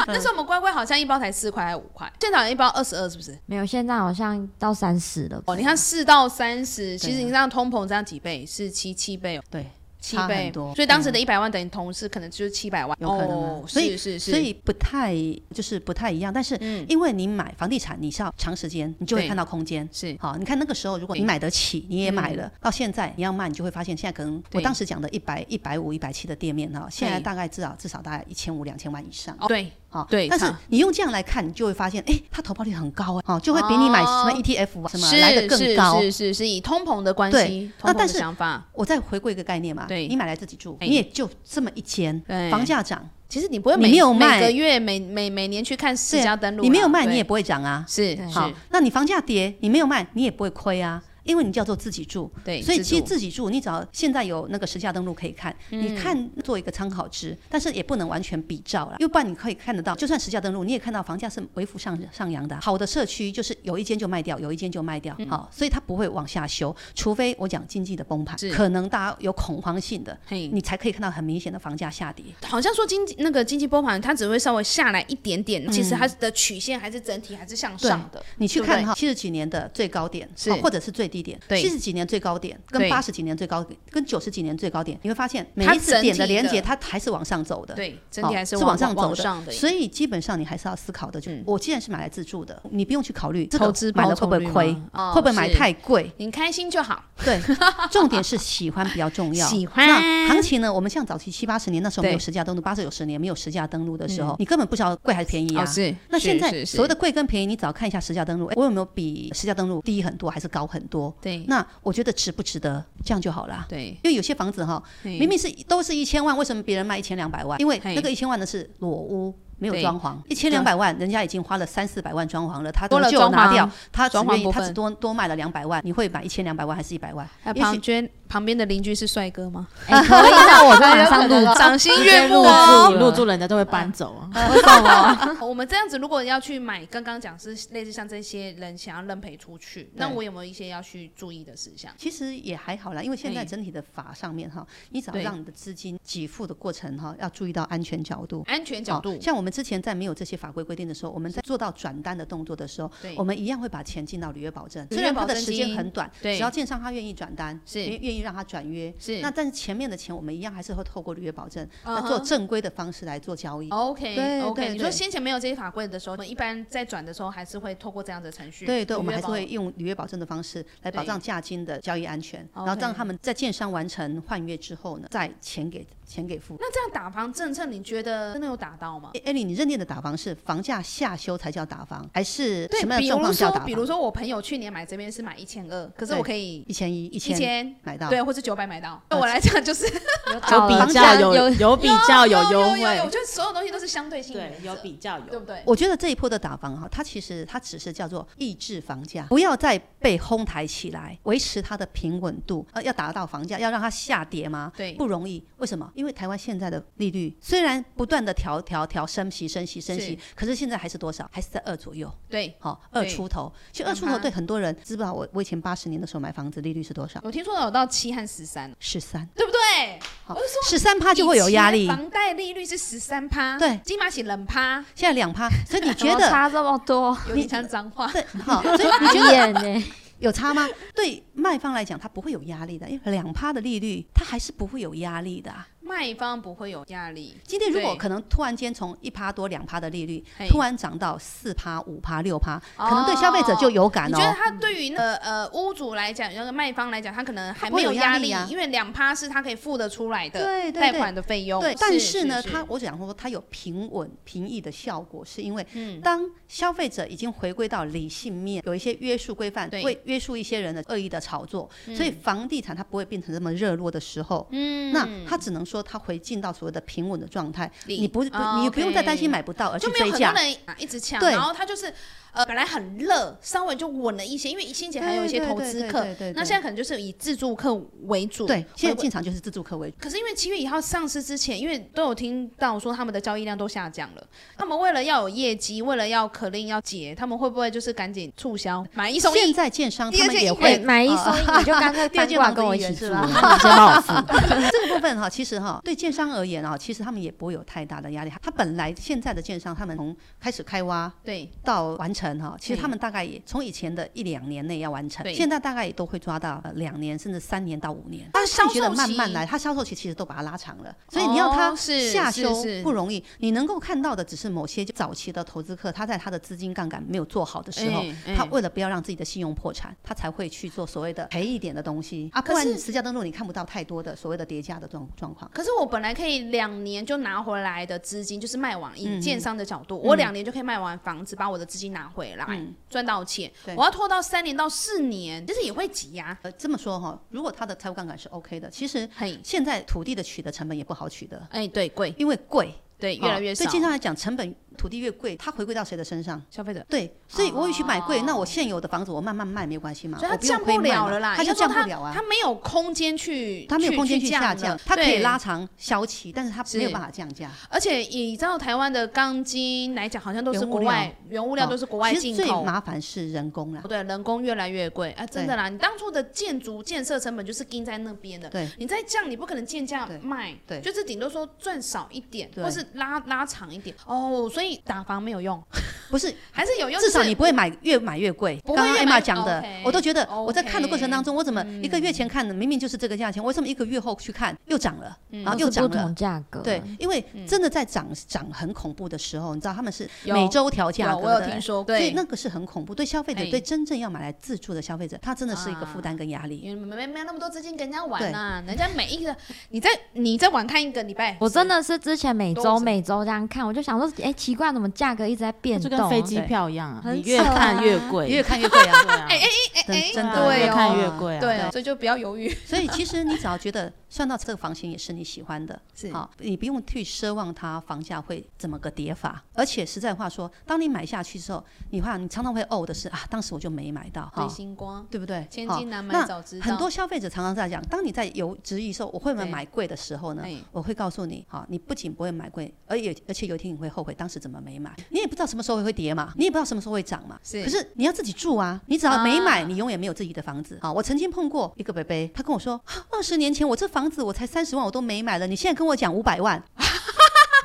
[SPEAKER 1] 那时候我们乖乖好像一包才四块还是五块，现场一包二十二是不是？
[SPEAKER 4] 没有，现在好像到三十了。
[SPEAKER 1] 哦，你看四到三
[SPEAKER 2] 啊
[SPEAKER 1] 十，其实你这样通膨这样几倍是七七倍哦，
[SPEAKER 2] 对，
[SPEAKER 1] 七
[SPEAKER 2] 差
[SPEAKER 1] 倍
[SPEAKER 2] 很多，啊
[SPEAKER 1] 所以当时的一百万等于同事可能就是七百万，
[SPEAKER 2] 有可能啊
[SPEAKER 1] 哦，
[SPEAKER 2] 所以
[SPEAKER 1] 是是是，
[SPEAKER 2] 所以不太就是不太一样，但是
[SPEAKER 1] 嗯
[SPEAKER 2] 因为你买房地产，你是要长时间，你就
[SPEAKER 1] 对
[SPEAKER 2] 会看到空间。
[SPEAKER 1] 是
[SPEAKER 2] 好，你看那个时候，如果你
[SPEAKER 1] 对
[SPEAKER 2] 买得起，你也买了，到现在你要卖，你就会发现现在可能我
[SPEAKER 1] 对
[SPEAKER 2] 当时讲的一百、一百五、一百七的店面哈，现在
[SPEAKER 1] 对
[SPEAKER 2] 大概至少至少大概一千五、两千万以上。
[SPEAKER 1] 哦对
[SPEAKER 2] 好，
[SPEAKER 1] 对
[SPEAKER 2] 但是
[SPEAKER 1] 差
[SPEAKER 2] 你用这样来看，你就会发现，哎，它投报率很高哎，哦，就会比你买什么
[SPEAKER 1] 哦
[SPEAKER 2] ETF 啊什么
[SPEAKER 1] 是
[SPEAKER 2] 来的更高。
[SPEAKER 1] 是是是是以通膨的关
[SPEAKER 2] 对
[SPEAKER 1] 系，通
[SPEAKER 2] 那
[SPEAKER 1] 膨的
[SPEAKER 2] 但是
[SPEAKER 1] 想法。
[SPEAKER 2] 我再回归一个概念嘛，
[SPEAKER 1] 对
[SPEAKER 2] 你买来自己住，
[SPEAKER 1] 哎
[SPEAKER 2] 你也就这么一间
[SPEAKER 1] 对，
[SPEAKER 2] 房价涨，
[SPEAKER 1] 其实你不会
[SPEAKER 2] 你
[SPEAKER 1] 每
[SPEAKER 2] 没有卖
[SPEAKER 1] 每个月每每每年去看私
[SPEAKER 2] 对啊
[SPEAKER 1] 家登录啦，啊
[SPEAKER 2] 你没有卖，你也
[SPEAKER 1] 对
[SPEAKER 2] 不会涨啊。
[SPEAKER 1] 是
[SPEAKER 4] 对
[SPEAKER 2] 好
[SPEAKER 1] 嗯是，，
[SPEAKER 2] 那你房价跌，你没有卖，你也不会亏啊，因为你叫做自己住。
[SPEAKER 1] 对，
[SPEAKER 2] 所以
[SPEAKER 1] 自嗯
[SPEAKER 2] 其实
[SPEAKER 1] 主
[SPEAKER 2] 自己住，你只要现在有那个实价登录可以看，你看做一个参考值，但是也不能完全比照啦，因为不然你可以看得到，就算实价登录，你也看到房价是微幅上上扬的啊。好的社区就是有一间就卖掉，有一间就卖掉，
[SPEAKER 1] 嗯
[SPEAKER 2] 好，所以它不会往下修，除非我讲经济的崩盘
[SPEAKER 1] 是，
[SPEAKER 2] 可能大家有恐慌性的，
[SPEAKER 1] 嘿
[SPEAKER 2] 你才可以看到很明显的房价下跌。
[SPEAKER 1] 好像说经济那个经济崩盘，它只会稍微下来一点点，
[SPEAKER 2] 嗯
[SPEAKER 1] 其实它的曲线还是整体还是向上的。
[SPEAKER 2] 你去
[SPEAKER 1] 对不对
[SPEAKER 2] 看哈，七十几年的最高点，
[SPEAKER 1] 是
[SPEAKER 2] 啊或者是最低点，
[SPEAKER 1] 对
[SPEAKER 2] 七十几年最高点
[SPEAKER 1] 对
[SPEAKER 2] 跟八十几年最高点跟九十几年最高点，你会发现每
[SPEAKER 1] 它
[SPEAKER 2] 一次
[SPEAKER 1] 整
[SPEAKER 2] 点
[SPEAKER 1] 体
[SPEAKER 2] 的连
[SPEAKER 1] 的
[SPEAKER 2] 接，它还是往上走的。
[SPEAKER 1] 对，整体还
[SPEAKER 2] 哦
[SPEAKER 1] 是
[SPEAKER 2] 是
[SPEAKER 1] 往
[SPEAKER 2] 往上走
[SPEAKER 1] 往
[SPEAKER 2] 的
[SPEAKER 1] 上的。
[SPEAKER 2] 所以基本上你还是要思考的，就
[SPEAKER 1] 嗯
[SPEAKER 2] 我既然是买来自住的，你不用去考虑这
[SPEAKER 1] 投
[SPEAKER 2] 个
[SPEAKER 1] 资
[SPEAKER 2] 买
[SPEAKER 1] 报
[SPEAKER 2] 了会
[SPEAKER 1] 酬
[SPEAKER 2] 不
[SPEAKER 1] 率
[SPEAKER 2] 会
[SPEAKER 1] 吗
[SPEAKER 2] 亏，
[SPEAKER 1] 哦
[SPEAKER 2] 会不会买
[SPEAKER 1] 是
[SPEAKER 2] 太贵？
[SPEAKER 1] 你开心就好，
[SPEAKER 2] 对， 重点是喜欢比较重要。
[SPEAKER 1] 喜欢
[SPEAKER 2] 那行情呢？我们像早期七八十年那时候没有
[SPEAKER 1] 对嗯
[SPEAKER 2] 实价登录，八十九十年没有实价登录的时候，你根本不知道贵还是便宜啊。
[SPEAKER 1] 哦是
[SPEAKER 2] 那
[SPEAKER 1] 是
[SPEAKER 2] 现在
[SPEAKER 1] 是
[SPEAKER 2] 所谓
[SPEAKER 1] 是
[SPEAKER 2] 的贵跟便宜，你只要看一下实价登录，哎，我有没有比实价登录低很多，还是高很多？
[SPEAKER 1] 对
[SPEAKER 2] 那我觉得值不值得，这样就好啦。
[SPEAKER 1] 对，
[SPEAKER 2] 因为有些房子哈，
[SPEAKER 1] 嘿
[SPEAKER 2] 明明是都是一千万，为什么别人卖一千两百万？因为
[SPEAKER 1] 嘿
[SPEAKER 2] 那个一千万的是裸屋。没有
[SPEAKER 1] 对
[SPEAKER 2] 装潢，一千两百万，人家已经花了三四百万装潢了，他
[SPEAKER 1] 多了
[SPEAKER 2] 就
[SPEAKER 1] 装
[SPEAKER 2] 拿
[SPEAKER 1] 潢啊
[SPEAKER 2] 掉，他只
[SPEAKER 1] 装潢
[SPEAKER 2] 愿意
[SPEAKER 1] 部
[SPEAKER 2] 他
[SPEAKER 1] 分
[SPEAKER 2] 只多多卖了两百万，你会买一千两百万还是一百万？
[SPEAKER 1] 哎，
[SPEAKER 2] 也许
[SPEAKER 1] 旁边旁边的邻居是帅哥吗？
[SPEAKER 4] 哎、可以，那我就马上录制
[SPEAKER 1] 赏心悦目
[SPEAKER 4] 哦
[SPEAKER 3] 你入住人家就会搬走啊。
[SPEAKER 4] 为什么？
[SPEAKER 1] 我们这样子，如果要去买，刚刚讲是类似像这些人想要认赔出去，那我有没有一些要去注意的事项？
[SPEAKER 2] 其实也还好啦，因为现在
[SPEAKER 1] 哎
[SPEAKER 2] 整体的法上面哈，你只要
[SPEAKER 1] 对
[SPEAKER 2] 让你的资金给付的过程哈，要注意到安全角度。
[SPEAKER 1] 安全角
[SPEAKER 2] 哦
[SPEAKER 1] 度，
[SPEAKER 2] 像我们之前在没有这些法规规定的时候，我们在做到转单的动作的时候
[SPEAKER 1] 对，
[SPEAKER 2] 我们一样会把钱进到履约保证，
[SPEAKER 1] 履约
[SPEAKER 2] 虽然它
[SPEAKER 1] 保
[SPEAKER 2] 的
[SPEAKER 1] 证
[SPEAKER 2] 时
[SPEAKER 1] 金
[SPEAKER 2] 间很短，
[SPEAKER 1] 对
[SPEAKER 2] 只要建商他愿意转单，
[SPEAKER 1] 是
[SPEAKER 2] 愿愿意让他转约，
[SPEAKER 1] 是
[SPEAKER 2] 那但是前面的钱我们一样还是会透过履约保证，
[SPEAKER 1] 嗯
[SPEAKER 2] 那
[SPEAKER 1] 哼哦
[SPEAKER 2] 做正规的方式来做交易。
[SPEAKER 1] OK
[SPEAKER 2] 对
[SPEAKER 1] OK，
[SPEAKER 2] 对
[SPEAKER 1] 你说
[SPEAKER 2] 对
[SPEAKER 1] 先前没有这些法规的时候，我们一般在转的时候还是会透过这样的程序。
[SPEAKER 2] 对对，我们
[SPEAKER 1] 履约
[SPEAKER 2] 还
[SPEAKER 1] 保
[SPEAKER 2] 是会用履约保证的方式来保
[SPEAKER 1] 对哦
[SPEAKER 2] 障价金的交易安全，然后
[SPEAKER 1] OK
[SPEAKER 2] 让他们在建商完成换约之后呢，再钱给钱给付。
[SPEAKER 1] 那这样打房政策，你觉得真的有打到吗？
[SPEAKER 2] 诶艾莉，你认定的打房是房价下修才叫打房，还是
[SPEAKER 1] 对
[SPEAKER 2] 什么，样
[SPEAKER 1] 比
[SPEAKER 2] 的状
[SPEAKER 1] 如
[SPEAKER 2] 况叫打
[SPEAKER 1] 说，
[SPEAKER 2] 房？
[SPEAKER 1] 比如说我朋友去年买这边是买一千二，可是
[SPEAKER 2] 对
[SPEAKER 1] 我可以
[SPEAKER 2] 一千一、一
[SPEAKER 1] 一
[SPEAKER 2] 千
[SPEAKER 1] 千，
[SPEAKER 2] 买到，啊
[SPEAKER 1] 对，或是九百买到。对我来讲就是
[SPEAKER 3] 有
[SPEAKER 4] 好了
[SPEAKER 3] 比
[SPEAKER 4] 房
[SPEAKER 3] 较
[SPEAKER 4] 价
[SPEAKER 3] 有有比
[SPEAKER 2] 哦
[SPEAKER 3] 较有优
[SPEAKER 1] 我
[SPEAKER 3] 惠，
[SPEAKER 1] 觉得 所有东西都是相对性的
[SPEAKER 3] 对，有比较
[SPEAKER 1] 对
[SPEAKER 3] 有。
[SPEAKER 1] 不对？
[SPEAKER 2] 我觉得这一波的打房哈，它其实它只是叫做抑制房价，不要再被哄抬起来，维持它的平稳度。呃，要达到房价，要让它下跌吗？
[SPEAKER 1] 对
[SPEAKER 2] 不容易。为什么？因为台湾现在的利率虽然不断的调调调升息升息升息，可是现在还是多少？还是在二左右，
[SPEAKER 1] 对，
[SPEAKER 2] 好、二
[SPEAKER 1] 对
[SPEAKER 2] 出头。其实二出
[SPEAKER 1] 两
[SPEAKER 2] 头
[SPEAKER 1] 趴
[SPEAKER 2] 对很多人知不知道我？我以前八十年的时候买房子，利率是多少？
[SPEAKER 1] 我听说有到七和十三，哦
[SPEAKER 2] 十三，
[SPEAKER 1] 对不对？
[SPEAKER 2] 好
[SPEAKER 1] 我就说，
[SPEAKER 2] 十三趴就会有压
[SPEAKER 1] 以
[SPEAKER 2] 力
[SPEAKER 1] 前。房贷利率是十三趴，
[SPEAKER 2] 对
[SPEAKER 1] 金马喜冷趴，
[SPEAKER 2] 现在两趴，所以你
[SPEAKER 4] 怎么
[SPEAKER 2] 觉得
[SPEAKER 4] 差这么 多？
[SPEAKER 1] 有点像脏话。
[SPEAKER 2] 对，好，所以你觉 得
[SPEAKER 4] 演呢？
[SPEAKER 2] 有差吗？ 对卖方来讲，他不会有压力的，因为两趴的利率，他还是不会有压力的啊、
[SPEAKER 1] 卖方不会有压力，
[SPEAKER 2] 今天如果
[SPEAKER 1] 对
[SPEAKER 2] 可能突然间从一趴多两趴的利率
[SPEAKER 1] 嘿，
[SPEAKER 2] 突然涨到四趴、五趴、六趴，
[SPEAKER 1] 哦
[SPEAKER 2] 可能对消费者就有感
[SPEAKER 1] 你觉得
[SPEAKER 2] 哦。
[SPEAKER 1] 他对于那个呃屋主来讲，那个卖方来讲，他可能还
[SPEAKER 2] 他不
[SPEAKER 1] 没
[SPEAKER 2] 会
[SPEAKER 1] 有
[SPEAKER 2] 有
[SPEAKER 1] 压
[SPEAKER 2] 压力啊
[SPEAKER 1] 因为两趴是他可以付得出来的
[SPEAKER 2] 对对
[SPEAKER 1] 贷
[SPEAKER 2] 对
[SPEAKER 1] 款的费用。
[SPEAKER 2] 对，但是呢，他我想说，它有平稳平抑的效果，是因为
[SPEAKER 1] 嗯
[SPEAKER 2] 当消费者已经回归到理性面，有一些约束规范，
[SPEAKER 1] 对
[SPEAKER 2] 会约束一些人的恶意的炒作，所以房地产它不会变成这么热络的时候，
[SPEAKER 1] 嗯
[SPEAKER 2] 那他只能说他回进到所谓的平稳的状态，
[SPEAKER 1] 理
[SPEAKER 2] 你不不、
[SPEAKER 1] 哦
[SPEAKER 2] 你不用再担心
[SPEAKER 1] OK
[SPEAKER 2] 买不到而去
[SPEAKER 1] 就没有很
[SPEAKER 2] 追
[SPEAKER 1] 啊
[SPEAKER 2] 价
[SPEAKER 1] 多。人一直抢，
[SPEAKER 2] 对
[SPEAKER 1] 然后他就是呃本来很热，稍微就稳了一些，因为新姐还有一些
[SPEAKER 2] 对对
[SPEAKER 1] 投
[SPEAKER 2] 对
[SPEAKER 1] 资
[SPEAKER 2] 对
[SPEAKER 1] 客
[SPEAKER 2] 对对，
[SPEAKER 1] 那
[SPEAKER 2] 对
[SPEAKER 1] 现在可能就是以自助客为主。
[SPEAKER 2] 对，现在
[SPEAKER 1] 会不会
[SPEAKER 2] 进场就是自助客为主。
[SPEAKER 1] 可是因为七月一号上市之前，因为都有听到说他们的交易量都下降了，他们为了要有业绩，为了要可令要结，他们会不会就是赶紧促销买一送
[SPEAKER 2] 现
[SPEAKER 1] 一？
[SPEAKER 2] 在建商
[SPEAKER 1] 第
[SPEAKER 2] 他
[SPEAKER 1] 二
[SPEAKER 2] 们
[SPEAKER 1] 件
[SPEAKER 2] 也
[SPEAKER 1] 衣服
[SPEAKER 2] 会
[SPEAKER 4] 对，买一送一，你就干脆
[SPEAKER 2] 第二
[SPEAKER 4] 搬
[SPEAKER 2] 件
[SPEAKER 4] 过来
[SPEAKER 2] 房子
[SPEAKER 4] 跟我
[SPEAKER 2] 一
[SPEAKER 4] 一起
[SPEAKER 2] 元
[SPEAKER 4] 住，
[SPEAKER 2] 是
[SPEAKER 4] 你
[SPEAKER 2] 吧
[SPEAKER 4] 先帮我付。
[SPEAKER 2] 这个部分哈，其实哈，对建商而言啊，其实他们也不会有太大的压力。他本来现在的建商，他们从开始开挖
[SPEAKER 1] 对，
[SPEAKER 2] 到完成哈，其实
[SPEAKER 1] 对
[SPEAKER 2] 他们大概也从以前的一两年内要完成
[SPEAKER 1] 对，
[SPEAKER 2] 现在大概也都会抓到呃两年甚至三年到五年。
[SPEAKER 1] 那
[SPEAKER 2] 但是
[SPEAKER 1] 销
[SPEAKER 2] 你觉得
[SPEAKER 1] 售
[SPEAKER 2] 慢慢
[SPEAKER 1] 期
[SPEAKER 2] 来，它销售期其实都把它拉长了，所以你要它
[SPEAKER 1] 哦是
[SPEAKER 2] 下
[SPEAKER 1] 是
[SPEAKER 2] 修
[SPEAKER 1] 是
[SPEAKER 2] 不容易。你能够看到的只是某些早期的投资客，他在他的资金杠杆没有做好的时候
[SPEAKER 1] 哎，啊
[SPEAKER 2] 他
[SPEAKER 1] 哎
[SPEAKER 2] 为了不要让自己的信用破产，他才会去做所谓的赔一点的东西啊，
[SPEAKER 1] 可
[SPEAKER 2] 不然
[SPEAKER 1] 是
[SPEAKER 2] 实价登录你看不到太多的所谓的叠加的状状况。
[SPEAKER 1] 可是我本来可以两年就拿回来的资金，就是卖完，以
[SPEAKER 2] 嗯嗯
[SPEAKER 1] 建商的角度，我两年就可以卖完房子，把我的资金拿回来，赚到钱。
[SPEAKER 2] 对
[SPEAKER 1] 我要拖到三年到四年，其实也会急呀、
[SPEAKER 2] 呃，这么说哈，如果他的财务杠杆是 OK 的，其实
[SPEAKER 1] 嘿，
[SPEAKER 2] 现在土地的取得成本也不好取得，
[SPEAKER 1] 哎、对，贵，
[SPEAKER 2] 因为贵，
[SPEAKER 1] 对，越来越
[SPEAKER 2] 哦
[SPEAKER 1] 少。
[SPEAKER 2] 对经常来讲，成本土地越贵，它回归到谁的身上？
[SPEAKER 1] 消费者，
[SPEAKER 2] 对，所以我与其买贵，那我现有的房子我慢慢卖没关系嘛，
[SPEAKER 1] 哦所以它
[SPEAKER 2] 我不用
[SPEAKER 1] 降
[SPEAKER 2] 亏
[SPEAKER 1] 不
[SPEAKER 2] 卖嘛
[SPEAKER 1] 了了啦。
[SPEAKER 2] 它就
[SPEAKER 1] 应该
[SPEAKER 2] 降
[SPEAKER 1] 说
[SPEAKER 2] 不了啊
[SPEAKER 1] 它，没有空间去，
[SPEAKER 2] 它没有空间去下
[SPEAKER 1] 了
[SPEAKER 2] 降，它可以
[SPEAKER 1] 对
[SPEAKER 2] 拉长销期，但是它
[SPEAKER 1] 是
[SPEAKER 2] 没有办法降价。
[SPEAKER 1] 而且依照台湾的钢筋来讲，好像都是
[SPEAKER 2] 原物
[SPEAKER 1] 国
[SPEAKER 2] 料
[SPEAKER 1] 外原物料
[SPEAKER 2] 哦
[SPEAKER 1] 都是国外
[SPEAKER 2] 其
[SPEAKER 1] 进
[SPEAKER 2] 实最
[SPEAKER 1] 口，
[SPEAKER 2] 麻烦是人工啦
[SPEAKER 1] 不，对，人工越来越贵啊，真的啦！你当初的建筑建设成本就是盯在那边的，
[SPEAKER 2] 对，
[SPEAKER 1] 你再降，你不可能建价
[SPEAKER 2] 对
[SPEAKER 1] 卖，
[SPEAKER 2] 对
[SPEAKER 1] 就是顶多说赚少一点，
[SPEAKER 2] 对
[SPEAKER 1] 或是拉拉长一点哦。所以打房没有用，
[SPEAKER 2] 不是。
[SPEAKER 1] 还是有用，
[SPEAKER 2] 至少
[SPEAKER 1] 就是
[SPEAKER 2] 你不会买越买越贵。
[SPEAKER 1] 不
[SPEAKER 2] 刚
[SPEAKER 1] 会
[SPEAKER 2] 刚
[SPEAKER 1] 越买
[SPEAKER 2] Emma 讲的
[SPEAKER 1] OK，，嗯
[SPEAKER 2] 我都觉得我在看的过
[SPEAKER 1] OK，
[SPEAKER 2] 程当中，我怎么一个月前看的明明就是这个价钱，为什么一个月后去看又涨了，
[SPEAKER 1] 嗯
[SPEAKER 2] 然后又
[SPEAKER 4] 都是不
[SPEAKER 2] 涨了
[SPEAKER 4] 同？价格，啊
[SPEAKER 2] 对，因为真的在涨涨很恐怖的时候，你知道他们是
[SPEAKER 1] 有
[SPEAKER 2] 每周调价
[SPEAKER 1] 有
[SPEAKER 2] 格
[SPEAKER 1] 我有
[SPEAKER 2] 的
[SPEAKER 1] 听说，
[SPEAKER 2] 所
[SPEAKER 1] 对，
[SPEAKER 2] 以那个是很恐怖，对消费者
[SPEAKER 1] 哎，啊
[SPEAKER 2] 对真正要买来自住的消费者，他真的是一个负担跟压力。
[SPEAKER 1] 因为没没有那么多资金跟人家玩呐、人家每一个你在你在晚看一个礼拜，
[SPEAKER 4] 我真的是之前每
[SPEAKER 1] 都
[SPEAKER 4] 周
[SPEAKER 1] 是
[SPEAKER 4] 每周这样看，我就想说，哎、奇怪，怎么价格一直在 变
[SPEAKER 3] 就
[SPEAKER 4] 动？
[SPEAKER 3] 跟飞机
[SPEAKER 2] 对
[SPEAKER 3] 票一样啊，
[SPEAKER 4] 很
[SPEAKER 3] 你越
[SPEAKER 4] 扯啊
[SPEAKER 3] 看越贵，
[SPEAKER 2] 越看越贵啊！
[SPEAKER 3] 对啊，
[SPEAKER 1] 哎哎哎哎，
[SPEAKER 2] 真
[SPEAKER 1] 对
[SPEAKER 2] 真的
[SPEAKER 1] 哦
[SPEAKER 3] 越看越贵啊，
[SPEAKER 1] 对哦，所以就不要犹豫，
[SPEAKER 2] 所以其实你只要觉得算到这个房型也是你喜 欢的，
[SPEAKER 1] 是
[SPEAKER 2] 好，你不用去奢望它房价会怎么个跌法。而且实在话说，当你买下去之后，你话你常常会哦的是啊，当时我就没买到哈
[SPEAKER 1] 对，星光，
[SPEAKER 2] 对不对？
[SPEAKER 1] 千
[SPEAKER 2] 好
[SPEAKER 1] 金难买
[SPEAKER 2] 那
[SPEAKER 1] 早知道，
[SPEAKER 2] 很多消费者常常在讲，当你在有质疑说我会不会
[SPEAKER 1] 对
[SPEAKER 2] 买贵的时候呢
[SPEAKER 1] 哎，
[SPEAKER 2] 我会告诉你，哈，你不仅不会买贵，而也而且有一天你会后悔当时怎么没买，你也不知道什么时候会跌嘛，你也不知道什么时候会涨嘛。
[SPEAKER 1] 是
[SPEAKER 2] 可是你要自己住啊，你只要没
[SPEAKER 1] 啊
[SPEAKER 2] 买，你永远没有自己的房子啊。我曾经碰过一个伯伯，他跟我说，二十年前我这房子我才三十万，我都没买了，你现在跟我讲五百万，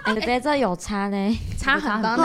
[SPEAKER 4] 哎、别这有差呢，
[SPEAKER 1] 差很多
[SPEAKER 4] 哦
[SPEAKER 1] 呢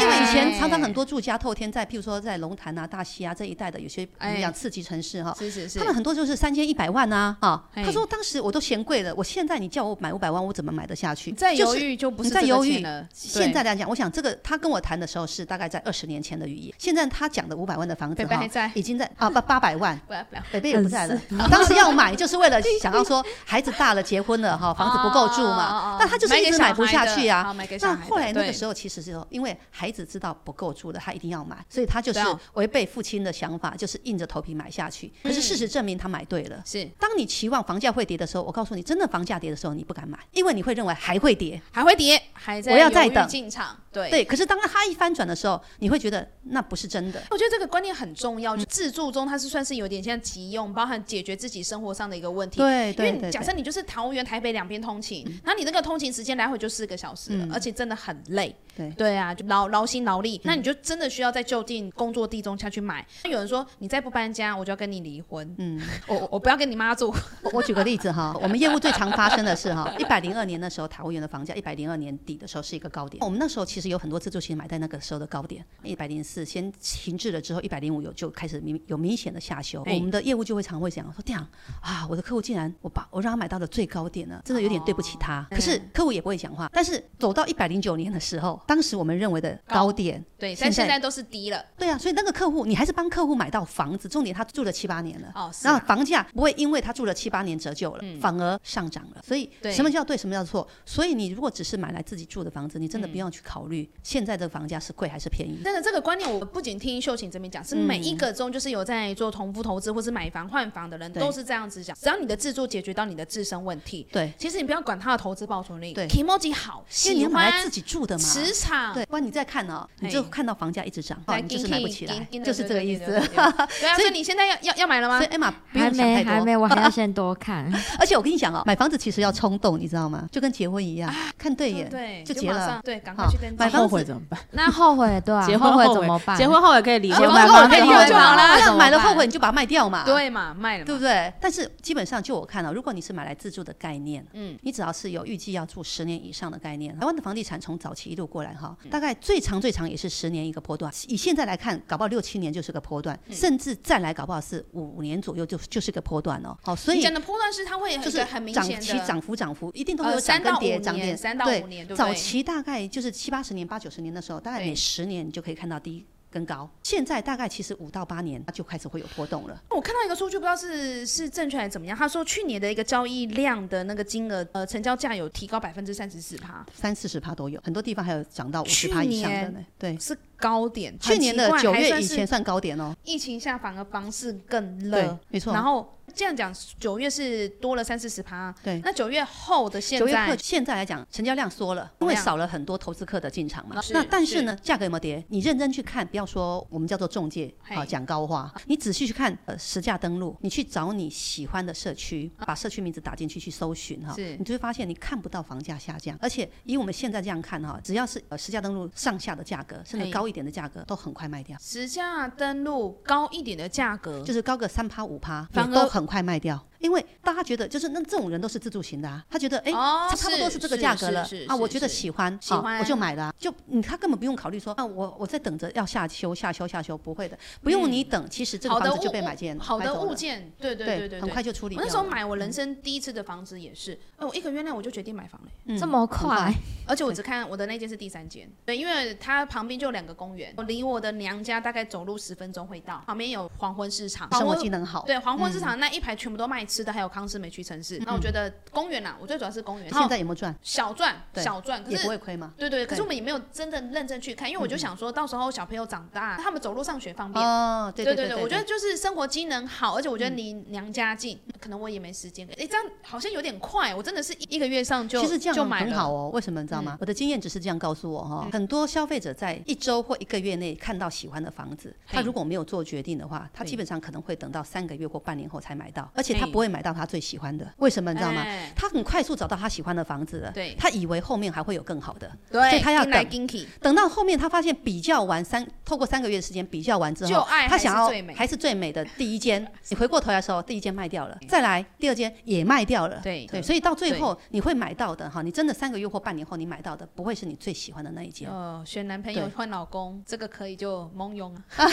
[SPEAKER 4] 对，
[SPEAKER 2] 因为以前常常很多住家透天在，譬如说在龙潭啊、大溪啊这一带的有些我
[SPEAKER 1] 哎
[SPEAKER 2] 们讲次级城市哈，
[SPEAKER 1] 是是是，
[SPEAKER 2] 他们很多就是三千一百万啊，啊，
[SPEAKER 1] 嘿
[SPEAKER 2] 他说当时我都嫌贵了，我现在你叫我买五百万，我怎么买得下去？
[SPEAKER 1] 你再
[SPEAKER 2] 就
[SPEAKER 1] 犹
[SPEAKER 2] 是
[SPEAKER 1] 豫就不
[SPEAKER 2] 你
[SPEAKER 1] 是
[SPEAKER 2] 再
[SPEAKER 1] 这个
[SPEAKER 2] 犹
[SPEAKER 1] 钱
[SPEAKER 2] 豫
[SPEAKER 1] 了。
[SPEAKER 2] 现在来讲，我想这个他跟我谈的时候是大概在二十年前的语言，现在他讲的五百万的房子
[SPEAKER 1] 北北还
[SPEAKER 2] 哈，
[SPEAKER 1] 在，
[SPEAKER 2] 已经在啊八八百万。
[SPEAKER 1] 不要不要，
[SPEAKER 2] 北北也不在了，啊当时要买就是为了想要说孩子大了结婚 了哈，房子不够住嘛，但他就是一直买不下去啊。
[SPEAKER 1] 啊。哦买给小
[SPEAKER 2] 那
[SPEAKER 1] 孩的
[SPEAKER 2] 后来那个时
[SPEAKER 1] 候，
[SPEAKER 2] 候其实是说因为孩子知道不够住了，他一定要买，所以他就是
[SPEAKER 1] 对啊嗯
[SPEAKER 2] 违背父亲的想法，就是硬着头皮买下去。可是事实证明他买对了。
[SPEAKER 1] 是
[SPEAKER 2] 当你期望房价会跌的时候，我告诉你，真的房价跌的时候，你不敢买，因为你会认为还会跌。
[SPEAKER 1] 还会跌，还在
[SPEAKER 2] 我要
[SPEAKER 1] 犹
[SPEAKER 2] 再
[SPEAKER 1] 豫
[SPEAKER 2] 等
[SPEAKER 1] 进场，对。
[SPEAKER 2] 对，可是当它一翻转的时候，你会觉得那不是真的。
[SPEAKER 1] 我觉得这个观念很重要，就自助中它是算是有点像急用，包含解决自己生活上的一个问题。
[SPEAKER 2] 对
[SPEAKER 1] 因为
[SPEAKER 2] 对
[SPEAKER 1] 你
[SPEAKER 2] 对，
[SPEAKER 1] 假
[SPEAKER 2] 对
[SPEAKER 1] 设你就是桃园、台北两边通勤，然后你那个通勤时间来回就四个小时了，
[SPEAKER 2] 嗯
[SPEAKER 1] 而且真的很累。
[SPEAKER 2] 对嗯
[SPEAKER 1] 对啊，就劳劳心劳力，那你就真的需要在就近工作地中下去买。那有人说你再不搬家，我就要跟你离 婚，
[SPEAKER 2] 嗯，
[SPEAKER 1] 我我我不要跟你妈住。
[SPEAKER 2] 我我举个例子哈，我们业务最常发生的是哈，一百零二年的时候，桃园的房价一百零二年底的时候是一个高点。我们那时候其实有很多自助型买在那个时候的高点，一百零四先停滞了之后，一百零五有就开始明有明显的下修。
[SPEAKER 1] 哎
[SPEAKER 2] 我们的业务就会常会讲说，这样啊，我的客户竟然我把我让他买到了最高点了，真的有点对不起
[SPEAKER 1] 哦
[SPEAKER 2] 他。可是
[SPEAKER 1] 嗯
[SPEAKER 2] 客户也不会讲话。但是走到一百零九年的时候，当时我们认为的高点，
[SPEAKER 1] 对，
[SPEAKER 2] 现
[SPEAKER 1] 但现
[SPEAKER 2] 在
[SPEAKER 1] 在都是低了。
[SPEAKER 2] 对啊，所以那个客户你还是帮客户买到房子，重点他住了七八年了。
[SPEAKER 1] 哦，是
[SPEAKER 2] 然
[SPEAKER 1] 啊嗯
[SPEAKER 2] 后房价不会因为他住了七八年折旧了，反而上涨了。所以
[SPEAKER 1] 对
[SPEAKER 2] 什么叫对，什么叫错？所以你如果只是买来自己住的房子，你真的
[SPEAKER 1] 嗯
[SPEAKER 2] 不要去考虑现在这个房价是贵还是便宜。
[SPEAKER 1] 真的，这个观念我不仅听秀琴这边讲，
[SPEAKER 2] 嗯
[SPEAKER 1] 是每一个中就是有在做重复投资或是买房换房的人，
[SPEAKER 2] 对
[SPEAKER 1] 都是这样子讲。只要你的自助解决到你的自身问题，
[SPEAKER 2] 对，
[SPEAKER 1] 其实你不要管他的投资报酬率
[SPEAKER 2] 对
[SPEAKER 1] ，emoji 好，
[SPEAKER 2] 因为你
[SPEAKER 1] 喜
[SPEAKER 2] 要买来
[SPEAKER 1] 欢
[SPEAKER 2] 自己住的嘛。
[SPEAKER 1] 持职场
[SPEAKER 2] 对，不然你再看哦，你就看到房价一直涨，哦，
[SPEAKER 1] 来
[SPEAKER 2] 你就是买不起来，就是这个意思。
[SPEAKER 1] 对对对对对对对啊，所以你现在要要要买了吗
[SPEAKER 2] 所以？艾玛不
[SPEAKER 4] 还
[SPEAKER 2] 用想
[SPEAKER 4] 没还
[SPEAKER 2] 太
[SPEAKER 4] 没，
[SPEAKER 2] 多，
[SPEAKER 4] 我还要先多看。
[SPEAKER 2] 而且我跟你讲哦，买房子其实要冲动，你知道吗？就跟结婚一样，看对眼
[SPEAKER 1] 对，
[SPEAKER 2] 就结
[SPEAKER 1] 马
[SPEAKER 2] 了
[SPEAKER 1] 上。对，赶快
[SPEAKER 2] 好
[SPEAKER 1] 去登记
[SPEAKER 2] 买
[SPEAKER 3] 后
[SPEAKER 2] 房
[SPEAKER 3] 悔
[SPEAKER 2] 子
[SPEAKER 3] 怎么办？
[SPEAKER 4] 那后悔对啊，
[SPEAKER 3] 结
[SPEAKER 4] 后
[SPEAKER 3] 婚
[SPEAKER 4] 悔
[SPEAKER 3] 后
[SPEAKER 4] 怎么
[SPEAKER 3] 悔，
[SPEAKER 4] 办？
[SPEAKER 3] 结婚后悔可以离
[SPEAKER 1] 啊
[SPEAKER 3] 婚，
[SPEAKER 1] 我
[SPEAKER 3] 买
[SPEAKER 1] 说我
[SPEAKER 3] 房
[SPEAKER 1] 可以
[SPEAKER 3] 子
[SPEAKER 1] 离婚就好啦
[SPEAKER 2] 那
[SPEAKER 1] 怎么
[SPEAKER 2] 买了后
[SPEAKER 1] 办
[SPEAKER 2] 悔你就把它卖掉嘛，
[SPEAKER 1] 对嘛，卖了嘛，
[SPEAKER 2] 对不对？但是基本上就我看了，如果你是买来自住的概念，
[SPEAKER 1] 嗯
[SPEAKER 2] 嗯，你只要是有预计要住十年以上的概念，台湾的房地产从早期一路过来哈，
[SPEAKER 1] 嗯
[SPEAKER 2] 大概最长最长也是十年一个波段。以现在来看，搞不好六七年就是个波段，
[SPEAKER 1] 嗯
[SPEAKER 2] 甚至再来搞不好是五年左右就就是个波段哦。好，所
[SPEAKER 1] 你
[SPEAKER 2] 以
[SPEAKER 1] 讲的波段是它会有一
[SPEAKER 2] 就
[SPEAKER 1] 个
[SPEAKER 2] 是
[SPEAKER 1] 很明
[SPEAKER 2] 涨
[SPEAKER 1] 显
[SPEAKER 2] 期
[SPEAKER 1] 的
[SPEAKER 2] 涨幅涨幅一定都会
[SPEAKER 1] 呃
[SPEAKER 2] 有
[SPEAKER 1] 三
[SPEAKER 2] 涨跟
[SPEAKER 1] 到
[SPEAKER 2] 跌
[SPEAKER 1] 五
[SPEAKER 2] 涨
[SPEAKER 1] 年
[SPEAKER 2] 跌，
[SPEAKER 1] 三到五年对不
[SPEAKER 2] 早
[SPEAKER 1] 对
[SPEAKER 2] 期大概就是七八十年八九十年的时候，大概
[SPEAKER 1] 对
[SPEAKER 2] 每十年你就可以看到第一根高。现在大概其实五到八年它就开始会有波动了。
[SPEAKER 1] 我看到一个数据，不知道是是正确还是怎么样。他说去年的一个交易量的那个金额，呃，成交价有提高百分之三十四趴，
[SPEAKER 2] 三四十趴都有，很多地方还有涨到五十趴以上
[SPEAKER 1] 去
[SPEAKER 2] 的
[SPEAKER 1] 年
[SPEAKER 2] 呢。对，
[SPEAKER 1] 是高点。
[SPEAKER 2] 去年的
[SPEAKER 1] 很奇
[SPEAKER 2] 九
[SPEAKER 1] 怪还
[SPEAKER 2] 月
[SPEAKER 1] 算
[SPEAKER 2] 以
[SPEAKER 1] 是
[SPEAKER 2] 前算高点哦。
[SPEAKER 1] 疫情下反而房市更
[SPEAKER 2] 对
[SPEAKER 1] 热，，
[SPEAKER 2] 没错。
[SPEAKER 1] 然后这样讲，九月是多了三四十趴，
[SPEAKER 2] 对
[SPEAKER 1] 那九月后的现
[SPEAKER 2] 九月客
[SPEAKER 1] 在，
[SPEAKER 2] 现在来讲，成交量缩了，因为少了很多投资客的进场嘛
[SPEAKER 1] 是。
[SPEAKER 2] 那但是
[SPEAKER 1] 是
[SPEAKER 2] 呢，价格有没有跌？你认真去看，不要说我们叫做中介
[SPEAKER 1] 嘿
[SPEAKER 2] 啊讲高话，你仔细去看呃实价登录，你去找你喜欢的社区，把社区名字打进去去搜寻哈，
[SPEAKER 1] 是
[SPEAKER 2] 你就会发现你看不到房价下降，而且以我们现在这样看哈，只要是呃实价登录上下的价格，甚
[SPEAKER 1] 嘿
[SPEAKER 2] 至高一点的价格，都很快卖掉。
[SPEAKER 1] 实价登录高一点的价格，
[SPEAKER 2] 就是高个三趴五趴，
[SPEAKER 1] 嗯反
[SPEAKER 2] 也
[SPEAKER 1] 而
[SPEAKER 2] 都很快卖掉，因为大家觉得就是那这种人都是自助型的啊，他觉得哎。
[SPEAKER 1] 哦
[SPEAKER 2] 差不多是这个价格了啊，我觉得喜欢，
[SPEAKER 1] 喜欢
[SPEAKER 2] 啊我就买了啊、就你他根本不用考虑说啊，我我在等着要下修下修下修，不会的，不用你等，其实这
[SPEAKER 1] 嗯
[SPEAKER 2] 个
[SPEAKER 1] 好的
[SPEAKER 2] 房
[SPEAKER 1] 物
[SPEAKER 2] 子就被买件
[SPEAKER 1] 好
[SPEAKER 2] 买
[SPEAKER 1] 的
[SPEAKER 2] 走了
[SPEAKER 1] 物件，对对对对
[SPEAKER 2] 很
[SPEAKER 1] 对。
[SPEAKER 2] 快就处理
[SPEAKER 1] 我
[SPEAKER 2] 掉了。
[SPEAKER 1] 那时候买我人生第一次的房子也是，哦，我一个月内我就决定买房了。
[SPEAKER 2] 嗯
[SPEAKER 4] 这么快，哎
[SPEAKER 1] 而且我只看我的那间是第三间，对，因为它旁边就有两个公园，我离我的娘家大概走路十分钟会到，旁边有黄昏市场，
[SPEAKER 2] 生
[SPEAKER 1] 黄
[SPEAKER 2] 活嗯
[SPEAKER 1] 昏
[SPEAKER 2] 技能好，
[SPEAKER 1] 对黄昏市场那一排全部都卖吃的，还有康斯美区城市。那我觉得公园啊啦，我最主要是公园，然
[SPEAKER 2] 嗯现
[SPEAKER 1] 后
[SPEAKER 2] 在有没有赚？
[SPEAKER 1] 小赚
[SPEAKER 2] 对
[SPEAKER 1] 小赚，可
[SPEAKER 2] 也不
[SPEAKER 1] 是。
[SPEAKER 2] 会亏嘛。
[SPEAKER 1] 对对，可是
[SPEAKER 2] 对嗯
[SPEAKER 1] 我们也没有真的认真去看，因为我就想说到时候小朋友长大，他们走路上学方便，
[SPEAKER 2] 哦，对
[SPEAKER 1] 对
[SPEAKER 2] 对嗯
[SPEAKER 1] 对，我觉得就是生活机能好，而且我觉得离娘家近，可能我也没时间。哎，这样好像有点快，我真的是一一个月上就
[SPEAKER 2] 其实这
[SPEAKER 1] 就
[SPEAKER 2] 样
[SPEAKER 1] 买
[SPEAKER 2] 很
[SPEAKER 1] 了嗯
[SPEAKER 2] 好哦，为什么你知道吗？我的经验只是这样告诉我哈、很多消费者在一周或一个月内看到喜欢的房子，
[SPEAKER 1] 嘿
[SPEAKER 2] 他如果没有做决定的话，他
[SPEAKER 1] 对
[SPEAKER 2] 基本上可能会等到三个月或半年后才买到，而且他
[SPEAKER 1] 嘿
[SPEAKER 2] 不会买到他最喜欢的。为啊什么你知道吗？
[SPEAKER 1] 哎
[SPEAKER 2] 他很快速找到他喜欢的房子了，
[SPEAKER 1] 对
[SPEAKER 2] 他以为后面还会有更好的，所
[SPEAKER 1] 对，
[SPEAKER 2] 以他要
[SPEAKER 1] 进来
[SPEAKER 2] 等
[SPEAKER 1] Ginky，
[SPEAKER 2] 等到后面他发现比较完三，透过三个月的时间比较完之
[SPEAKER 1] 就
[SPEAKER 2] 后
[SPEAKER 1] 爱，
[SPEAKER 2] 他
[SPEAKER 1] 还
[SPEAKER 2] 想
[SPEAKER 1] 是
[SPEAKER 2] 要
[SPEAKER 1] 最美
[SPEAKER 2] 还是最美的第 一间。你回过头来的时候，第一间卖掉了，再来第二间也卖掉了。
[SPEAKER 1] 嗯对
[SPEAKER 2] 对，所以到最后你会买到的哈，你真的三个月或半年后你买到的，不会是你最喜欢的那一间。
[SPEAKER 1] 呃，选男朋友
[SPEAKER 2] 对
[SPEAKER 1] 换老公，这个可以就蒙用啊。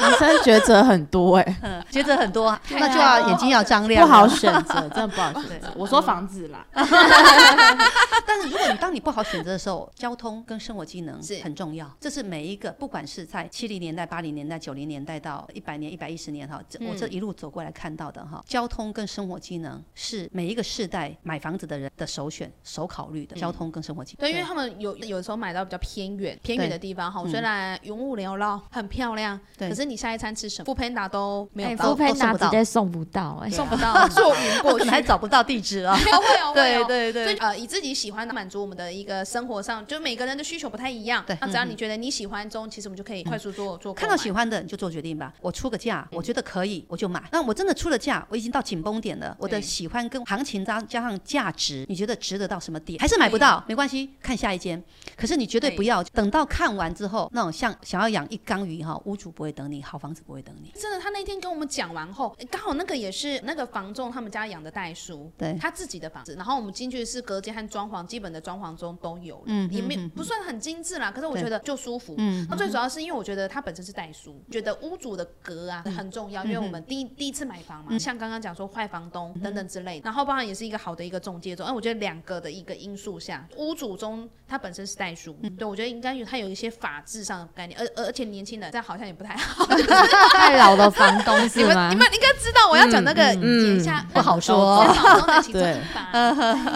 [SPEAKER 3] 人生抉择很多哎，
[SPEAKER 1] 嗯
[SPEAKER 2] 抉择很多啊，
[SPEAKER 1] 太
[SPEAKER 2] 那就
[SPEAKER 1] 难了
[SPEAKER 2] 要眼睛要张亮。
[SPEAKER 3] 不好。选择，真的不好选择。我说房子啦，
[SPEAKER 2] 但是如果你当你不好选择的时候，交通跟生活机能
[SPEAKER 1] 是
[SPEAKER 2] 很重要，这是每一个不管是在七零年代、八零年代、九零年代到一百年、一百一十年哈，
[SPEAKER 1] 嗯
[SPEAKER 2] 这我这一路走过来看到的哈，交通跟生活机能是每一个世代买房子的人的首选、首考虑的。交通跟生活机能，
[SPEAKER 1] 嗯对，因为他们有有时候买到比较偏远、偏远的地方哈，
[SPEAKER 2] 嗯
[SPEAKER 1] 虽然云雾缭绕，很漂亮，
[SPEAKER 2] 对
[SPEAKER 1] 可是你下一餐吃什么，富潘达都没有
[SPEAKER 4] 哎，
[SPEAKER 1] 到，
[SPEAKER 4] 富
[SPEAKER 2] 都
[SPEAKER 4] 佩
[SPEAKER 2] 送
[SPEAKER 4] 达
[SPEAKER 2] 不
[SPEAKER 4] 直
[SPEAKER 2] 到
[SPEAKER 4] 接送不到哎，
[SPEAKER 1] 送不
[SPEAKER 3] 啊
[SPEAKER 1] 到，坐云
[SPEAKER 2] 我
[SPEAKER 1] 过
[SPEAKER 2] 可
[SPEAKER 1] 去
[SPEAKER 2] 能还。找不到地址 啊。
[SPEAKER 1] 会哦会哦，
[SPEAKER 2] 对对
[SPEAKER 1] 所以
[SPEAKER 2] 对，
[SPEAKER 1] 呃，以自己喜欢的满足我们的一个生活上，就每个人的需求不太一样。
[SPEAKER 2] 对嗯
[SPEAKER 1] 那只要你觉得你喜欢中，其实我们就可以快速做做购买。嗯
[SPEAKER 2] 看到喜欢的你就做决定吧。我出个价，我觉得可以，我就买。那我真的出了价，我已经到紧绷点了，我的
[SPEAKER 1] 对
[SPEAKER 2] 喜欢跟行情加加上价值，你觉得值得到什么点？还是买不到，没关系，看下一间。可是你绝对
[SPEAKER 1] 对
[SPEAKER 2] 不要等到看完之后，那种像想要养一缸鱼哈，屋主不会等你，好房子不 会等你。
[SPEAKER 1] 真的，他那天跟我们讲完后，诶刚好那个也是那个房仲他们家养的袋鼠，
[SPEAKER 2] 对
[SPEAKER 1] 他自己的房子。然后我们进去是隔间和装潢，基本的装潢中都有了，嗯，也没不算很精致啦，可是我
[SPEAKER 2] 对
[SPEAKER 1] 觉得就舒服。嗯，那最主要是因为我觉得它本身是袋鼠，觉得屋主的格啊很重要，因为我们第一第一次买房嘛，像刚刚讲说坏房东等等之类的，然后当然也是一个好的一个中介中，哎，我觉得两个的一个因素下，屋主中他本身是袋鼠，对我觉得应该有他有一些法制上的概念，而而而且年轻人这样好像也不太好，就是
[SPEAKER 4] 太老的房东
[SPEAKER 1] 你
[SPEAKER 4] 是
[SPEAKER 1] 们
[SPEAKER 4] 吗
[SPEAKER 1] 你？们应该知道我要讲那个剪一下
[SPEAKER 2] 嗯不好说
[SPEAKER 1] 三秒钟 的其 中
[SPEAKER 3] 对
[SPEAKER 1] 一把，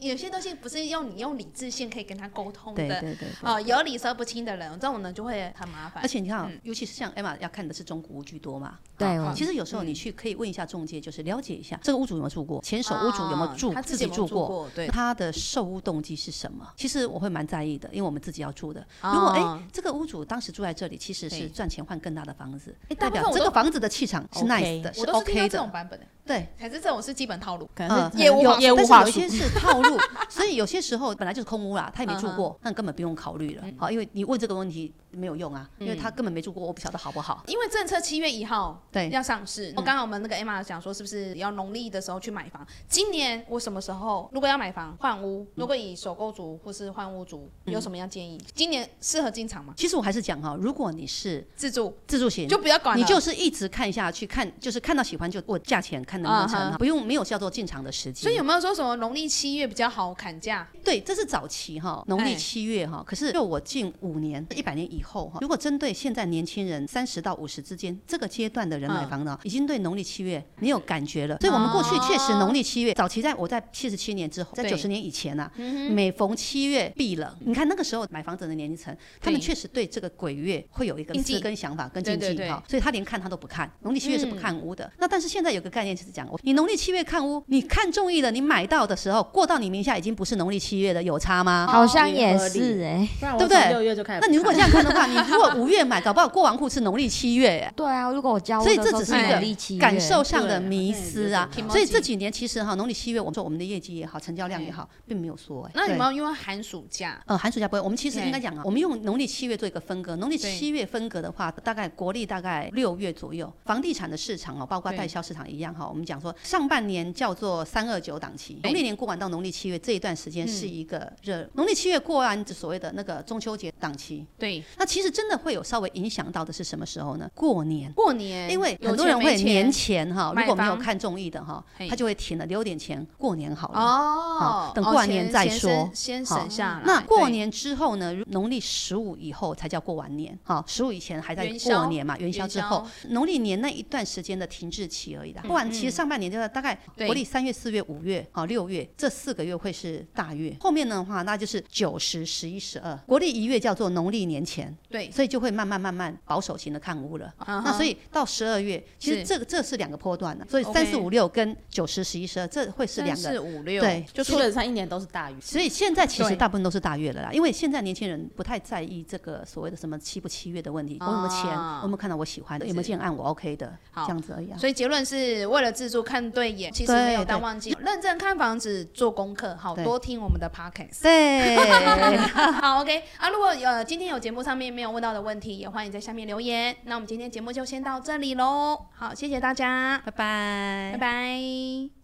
[SPEAKER 1] 对有些东西不是用你用理智线可以跟他沟通
[SPEAKER 2] 对对
[SPEAKER 1] 的。
[SPEAKER 2] 对对。
[SPEAKER 1] 哦，有理说不清的人，这种人就会很麻烦
[SPEAKER 2] 而。且你看啊，
[SPEAKER 1] 嗯
[SPEAKER 2] 尤其是像 Emma 要看的是中古屋居多嘛。
[SPEAKER 4] 对
[SPEAKER 2] 好
[SPEAKER 4] 我
[SPEAKER 2] 其实有时候
[SPEAKER 1] 嗯
[SPEAKER 2] 你去可以问一下中介，就是了解一下这个屋主有没有住过，前手屋主有没有
[SPEAKER 1] 啊
[SPEAKER 2] 住，
[SPEAKER 1] 他
[SPEAKER 2] 自
[SPEAKER 1] 己
[SPEAKER 2] 己
[SPEAKER 1] 有没有
[SPEAKER 2] 住
[SPEAKER 1] 过？
[SPEAKER 2] 过，
[SPEAKER 1] 对，
[SPEAKER 2] 他的售屋动机是什么？其实我会蛮在意的，因为我们自己要住的。如果哎、
[SPEAKER 1] 哦
[SPEAKER 2] 这个屋主当时住在这里，其实是
[SPEAKER 1] 对
[SPEAKER 2] 赚钱换更大的房子，
[SPEAKER 1] 哎大
[SPEAKER 2] 代
[SPEAKER 1] 部分
[SPEAKER 2] 表
[SPEAKER 1] 我
[SPEAKER 2] 这
[SPEAKER 1] 都
[SPEAKER 2] 个房子的气场是
[SPEAKER 3] OK
[SPEAKER 2] nice 的，是
[SPEAKER 1] 我都是听到
[SPEAKER 2] OK
[SPEAKER 1] 这种
[SPEAKER 2] 的。
[SPEAKER 1] 版本的，
[SPEAKER 2] 对，
[SPEAKER 1] 才是这种是基本套路。
[SPEAKER 3] 可能是
[SPEAKER 1] 业务
[SPEAKER 3] 有
[SPEAKER 1] 话
[SPEAKER 3] 业务话
[SPEAKER 2] 但 嗯是
[SPEAKER 3] 术
[SPEAKER 2] 有一些是套路，所以有些时候本来就是空屋啦，他
[SPEAKER 1] 嗯
[SPEAKER 2] 也没住过，那你根本不用考虑了。好，因为你问这个问题没有用啊，因
[SPEAKER 1] 嗯
[SPEAKER 2] 为他根本没住过，我不晓得好不好。
[SPEAKER 1] 因为政策七月一号
[SPEAKER 2] 对
[SPEAKER 1] 要上市，我刚刚我们那个 Emma 讲说，是不是要农历的时候去买房？今年我什么时候如果要买房换屋，如果以首购族或是换屋族，有什么样建议？今年适合进场吗？
[SPEAKER 2] 其实我还是讲哈，如果你是
[SPEAKER 1] 自住
[SPEAKER 2] 自住型，
[SPEAKER 1] 就不要管了，
[SPEAKER 2] 你就是一直看下去，看就是看到喜欢就我价钱看能不能成
[SPEAKER 1] 嗯
[SPEAKER 2] 啊，不用没有叫做进场的时机。
[SPEAKER 1] 所以有没有说什么农历七月比较好砍价？
[SPEAKER 2] 嗯对，这是早期哈，农
[SPEAKER 1] 哎
[SPEAKER 2] 历七月哈。可是就我近五年、一百年以后哈，如果针对现在年轻人三十到五十之间这个阶段的人买
[SPEAKER 1] 嗯哦
[SPEAKER 2] 房呢，已经对农历七月没有感觉了。所以我们过去确实农历七月，早期在我在七十七年之后，在
[SPEAKER 1] 对嗯
[SPEAKER 2] 九十年以前呐，每逢七月避冷，你看那个时候买房子的年龄层，他们
[SPEAKER 1] 对
[SPEAKER 2] 确实对这个鬼月会有一个
[SPEAKER 1] 禁忌
[SPEAKER 2] 思跟想法跟
[SPEAKER 1] 对
[SPEAKER 2] 禁
[SPEAKER 1] 对
[SPEAKER 2] 忌
[SPEAKER 1] 对嗯
[SPEAKER 2] 哈，所以他连看他都不看。农历七月是不看屋的。那但是现在有个概念就是讲，你农历七月看屋，你看中意了，你买到的时候过到你名下已经不是农历七月的，有差 吗？
[SPEAKER 4] 好像
[SPEAKER 3] 也
[SPEAKER 4] 也
[SPEAKER 3] 合理
[SPEAKER 4] 是哎，
[SPEAKER 3] 不然我
[SPEAKER 2] 对不对
[SPEAKER 3] 从六月就开始看。
[SPEAKER 2] 那你如果这样看的话，你如果五月买，搞不好过完户是农历七月耶。
[SPEAKER 4] 对啊，如果我交屋
[SPEAKER 2] 所以
[SPEAKER 4] 的
[SPEAKER 2] 这
[SPEAKER 4] 时候
[SPEAKER 2] 只
[SPEAKER 4] 是
[SPEAKER 2] 是一
[SPEAKER 4] 农
[SPEAKER 2] 个
[SPEAKER 4] 历七月
[SPEAKER 2] 感受上的
[SPEAKER 3] 对
[SPEAKER 2] 迷失啊
[SPEAKER 3] 那也有点，
[SPEAKER 2] 所以这几年其实哈，农历七月，我们说我们的业绩也好，成交量也好，并没有缩哎。
[SPEAKER 1] 那有
[SPEAKER 2] 对
[SPEAKER 1] 没有因为寒暑假？
[SPEAKER 2] 呃，寒暑假不会，我们其实
[SPEAKER 1] 对
[SPEAKER 2] 应该讲啊，我们用农历七月做一个分割。农历
[SPEAKER 1] 对
[SPEAKER 2] 七月分割的话，大概国历大概六月左右，房地产的市场哦，包括
[SPEAKER 1] 对
[SPEAKER 2] 代销市场一样哈。我们讲说上半年叫做三二九档期，
[SPEAKER 1] 对嗯
[SPEAKER 2] 农历年过完到农历七月这一段时间是一个热，农历七月过完所谓的那个中秋节档期，
[SPEAKER 1] 对，
[SPEAKER 2] 那其实真的会有稍微影响到的是什么时候呢？过年。
[SPEAKER 1] 过年
[SPEAKER 2] 因为
[SPEAKER 1] 有
[SPEAKER 2] 很多
[SPEAKER 1] 钱
[SPEAKER 2] 人
[SPEAKER 1] 没
[SPEAKER 2] 会
[SPEAKER 1] 钱
[SPEAKER 2] 年前哈，如
[SPEAKER 1] 买
[SPEAKER 2] 果没有
[SPEAKER 1] 房
[SPEAKER 2] 看中意的哈
[SPEAKER 1] 嘿，
[SPEAKER 2] 他就会停了，留点钱过年好了。
[SPEAKER 1] 哦
[SPEAKER 2] 好，等
[SPEAKER 1] 哦
[SPEAKER 2] 过完
[SPEAKER 1] 钱
[SPEAKER 2] 年再
[SPEAKER 1] 钱
[SPEAKER 2] 说
[SPEAKER 1] 省先
[SPEAKER 2] 好
[SPEAKER 1] 省下来。
[SPEAKER 2] 那过
[SPEAKER 1] 对
[SPEAKER 2] 年之后呢？如农历十五以后才叫过完年，哈、十五以前还在
[SPEAKER 1] 元宵嗯
[SPEAKER 2] 过年嘛，元宵之后，农历年那一段时间的停滞期而已的。不然，其实上半年就是大概
[SPEAKER 1] 对
[SPEAKER 2] 国历三月、四月、五月、啊六月这四个月会是大月，后面的话那就是九十、十一、十二，国历一月叫做农历年前，
[SPEAKER 1] 对，
[SPEAKER 2] 所以就会慢慢慢慢保守型的看屋了。
[SPEAKER 1] 啊哈
[SPEAKER 2] 那所以到十二月，其
[SPEAKER 1] 是
[SPEAKER 2] 实这个这是两个波段的，所以
[SPEAKER 1] OK
[SPEAKER 2] 三四五六跟九十、十一、十二这会是两个
[SPEAKER 1] 四五六，
[SPEAKER 2] 对
[SPEAKER 3] 就基本上一年都是大雨，
[SPEAKER 2] 所以现在其实
[SPEAKER 1] 对
[SPEAKER 2] 大部分都是大月了啦，因为现在年轻人不太在意这个所谓的什么七不七月的问题。我有没有钱？
[SPEAKER 1] 啊
[SPEAKER 2] 我有没有看到我喜欢的？有没有
[SPEAKER 1] 是
[SPEAKER 2] 建案？我 OK 的，
[SPEAKER 1] 好
[SPEAKER 2] 这样子而已啊。
[SPEAKER 1] 所以结论是为了自助看对眼，其实没有
[SPEAKER 2] 对
[SPEAKER 1] 淡
[SPEAKER 2] 对
[SPEAKER 1] 忘记，认真看房子，做功课，好
[SPEAKER 2] 对
[SPEAKER 1] 多听我们的 podcast。
[SPEAKER 2] 对，
[SPEAKER 1] 好，OK 啊，如果呃今天有节目上面没有问到的问题，也欢迎在下面留言。那我们今天节目就先到这里喽，好，谢谢大家，
[SPEAKER 2] 拜拜
[SPEAKER 1] 拜拜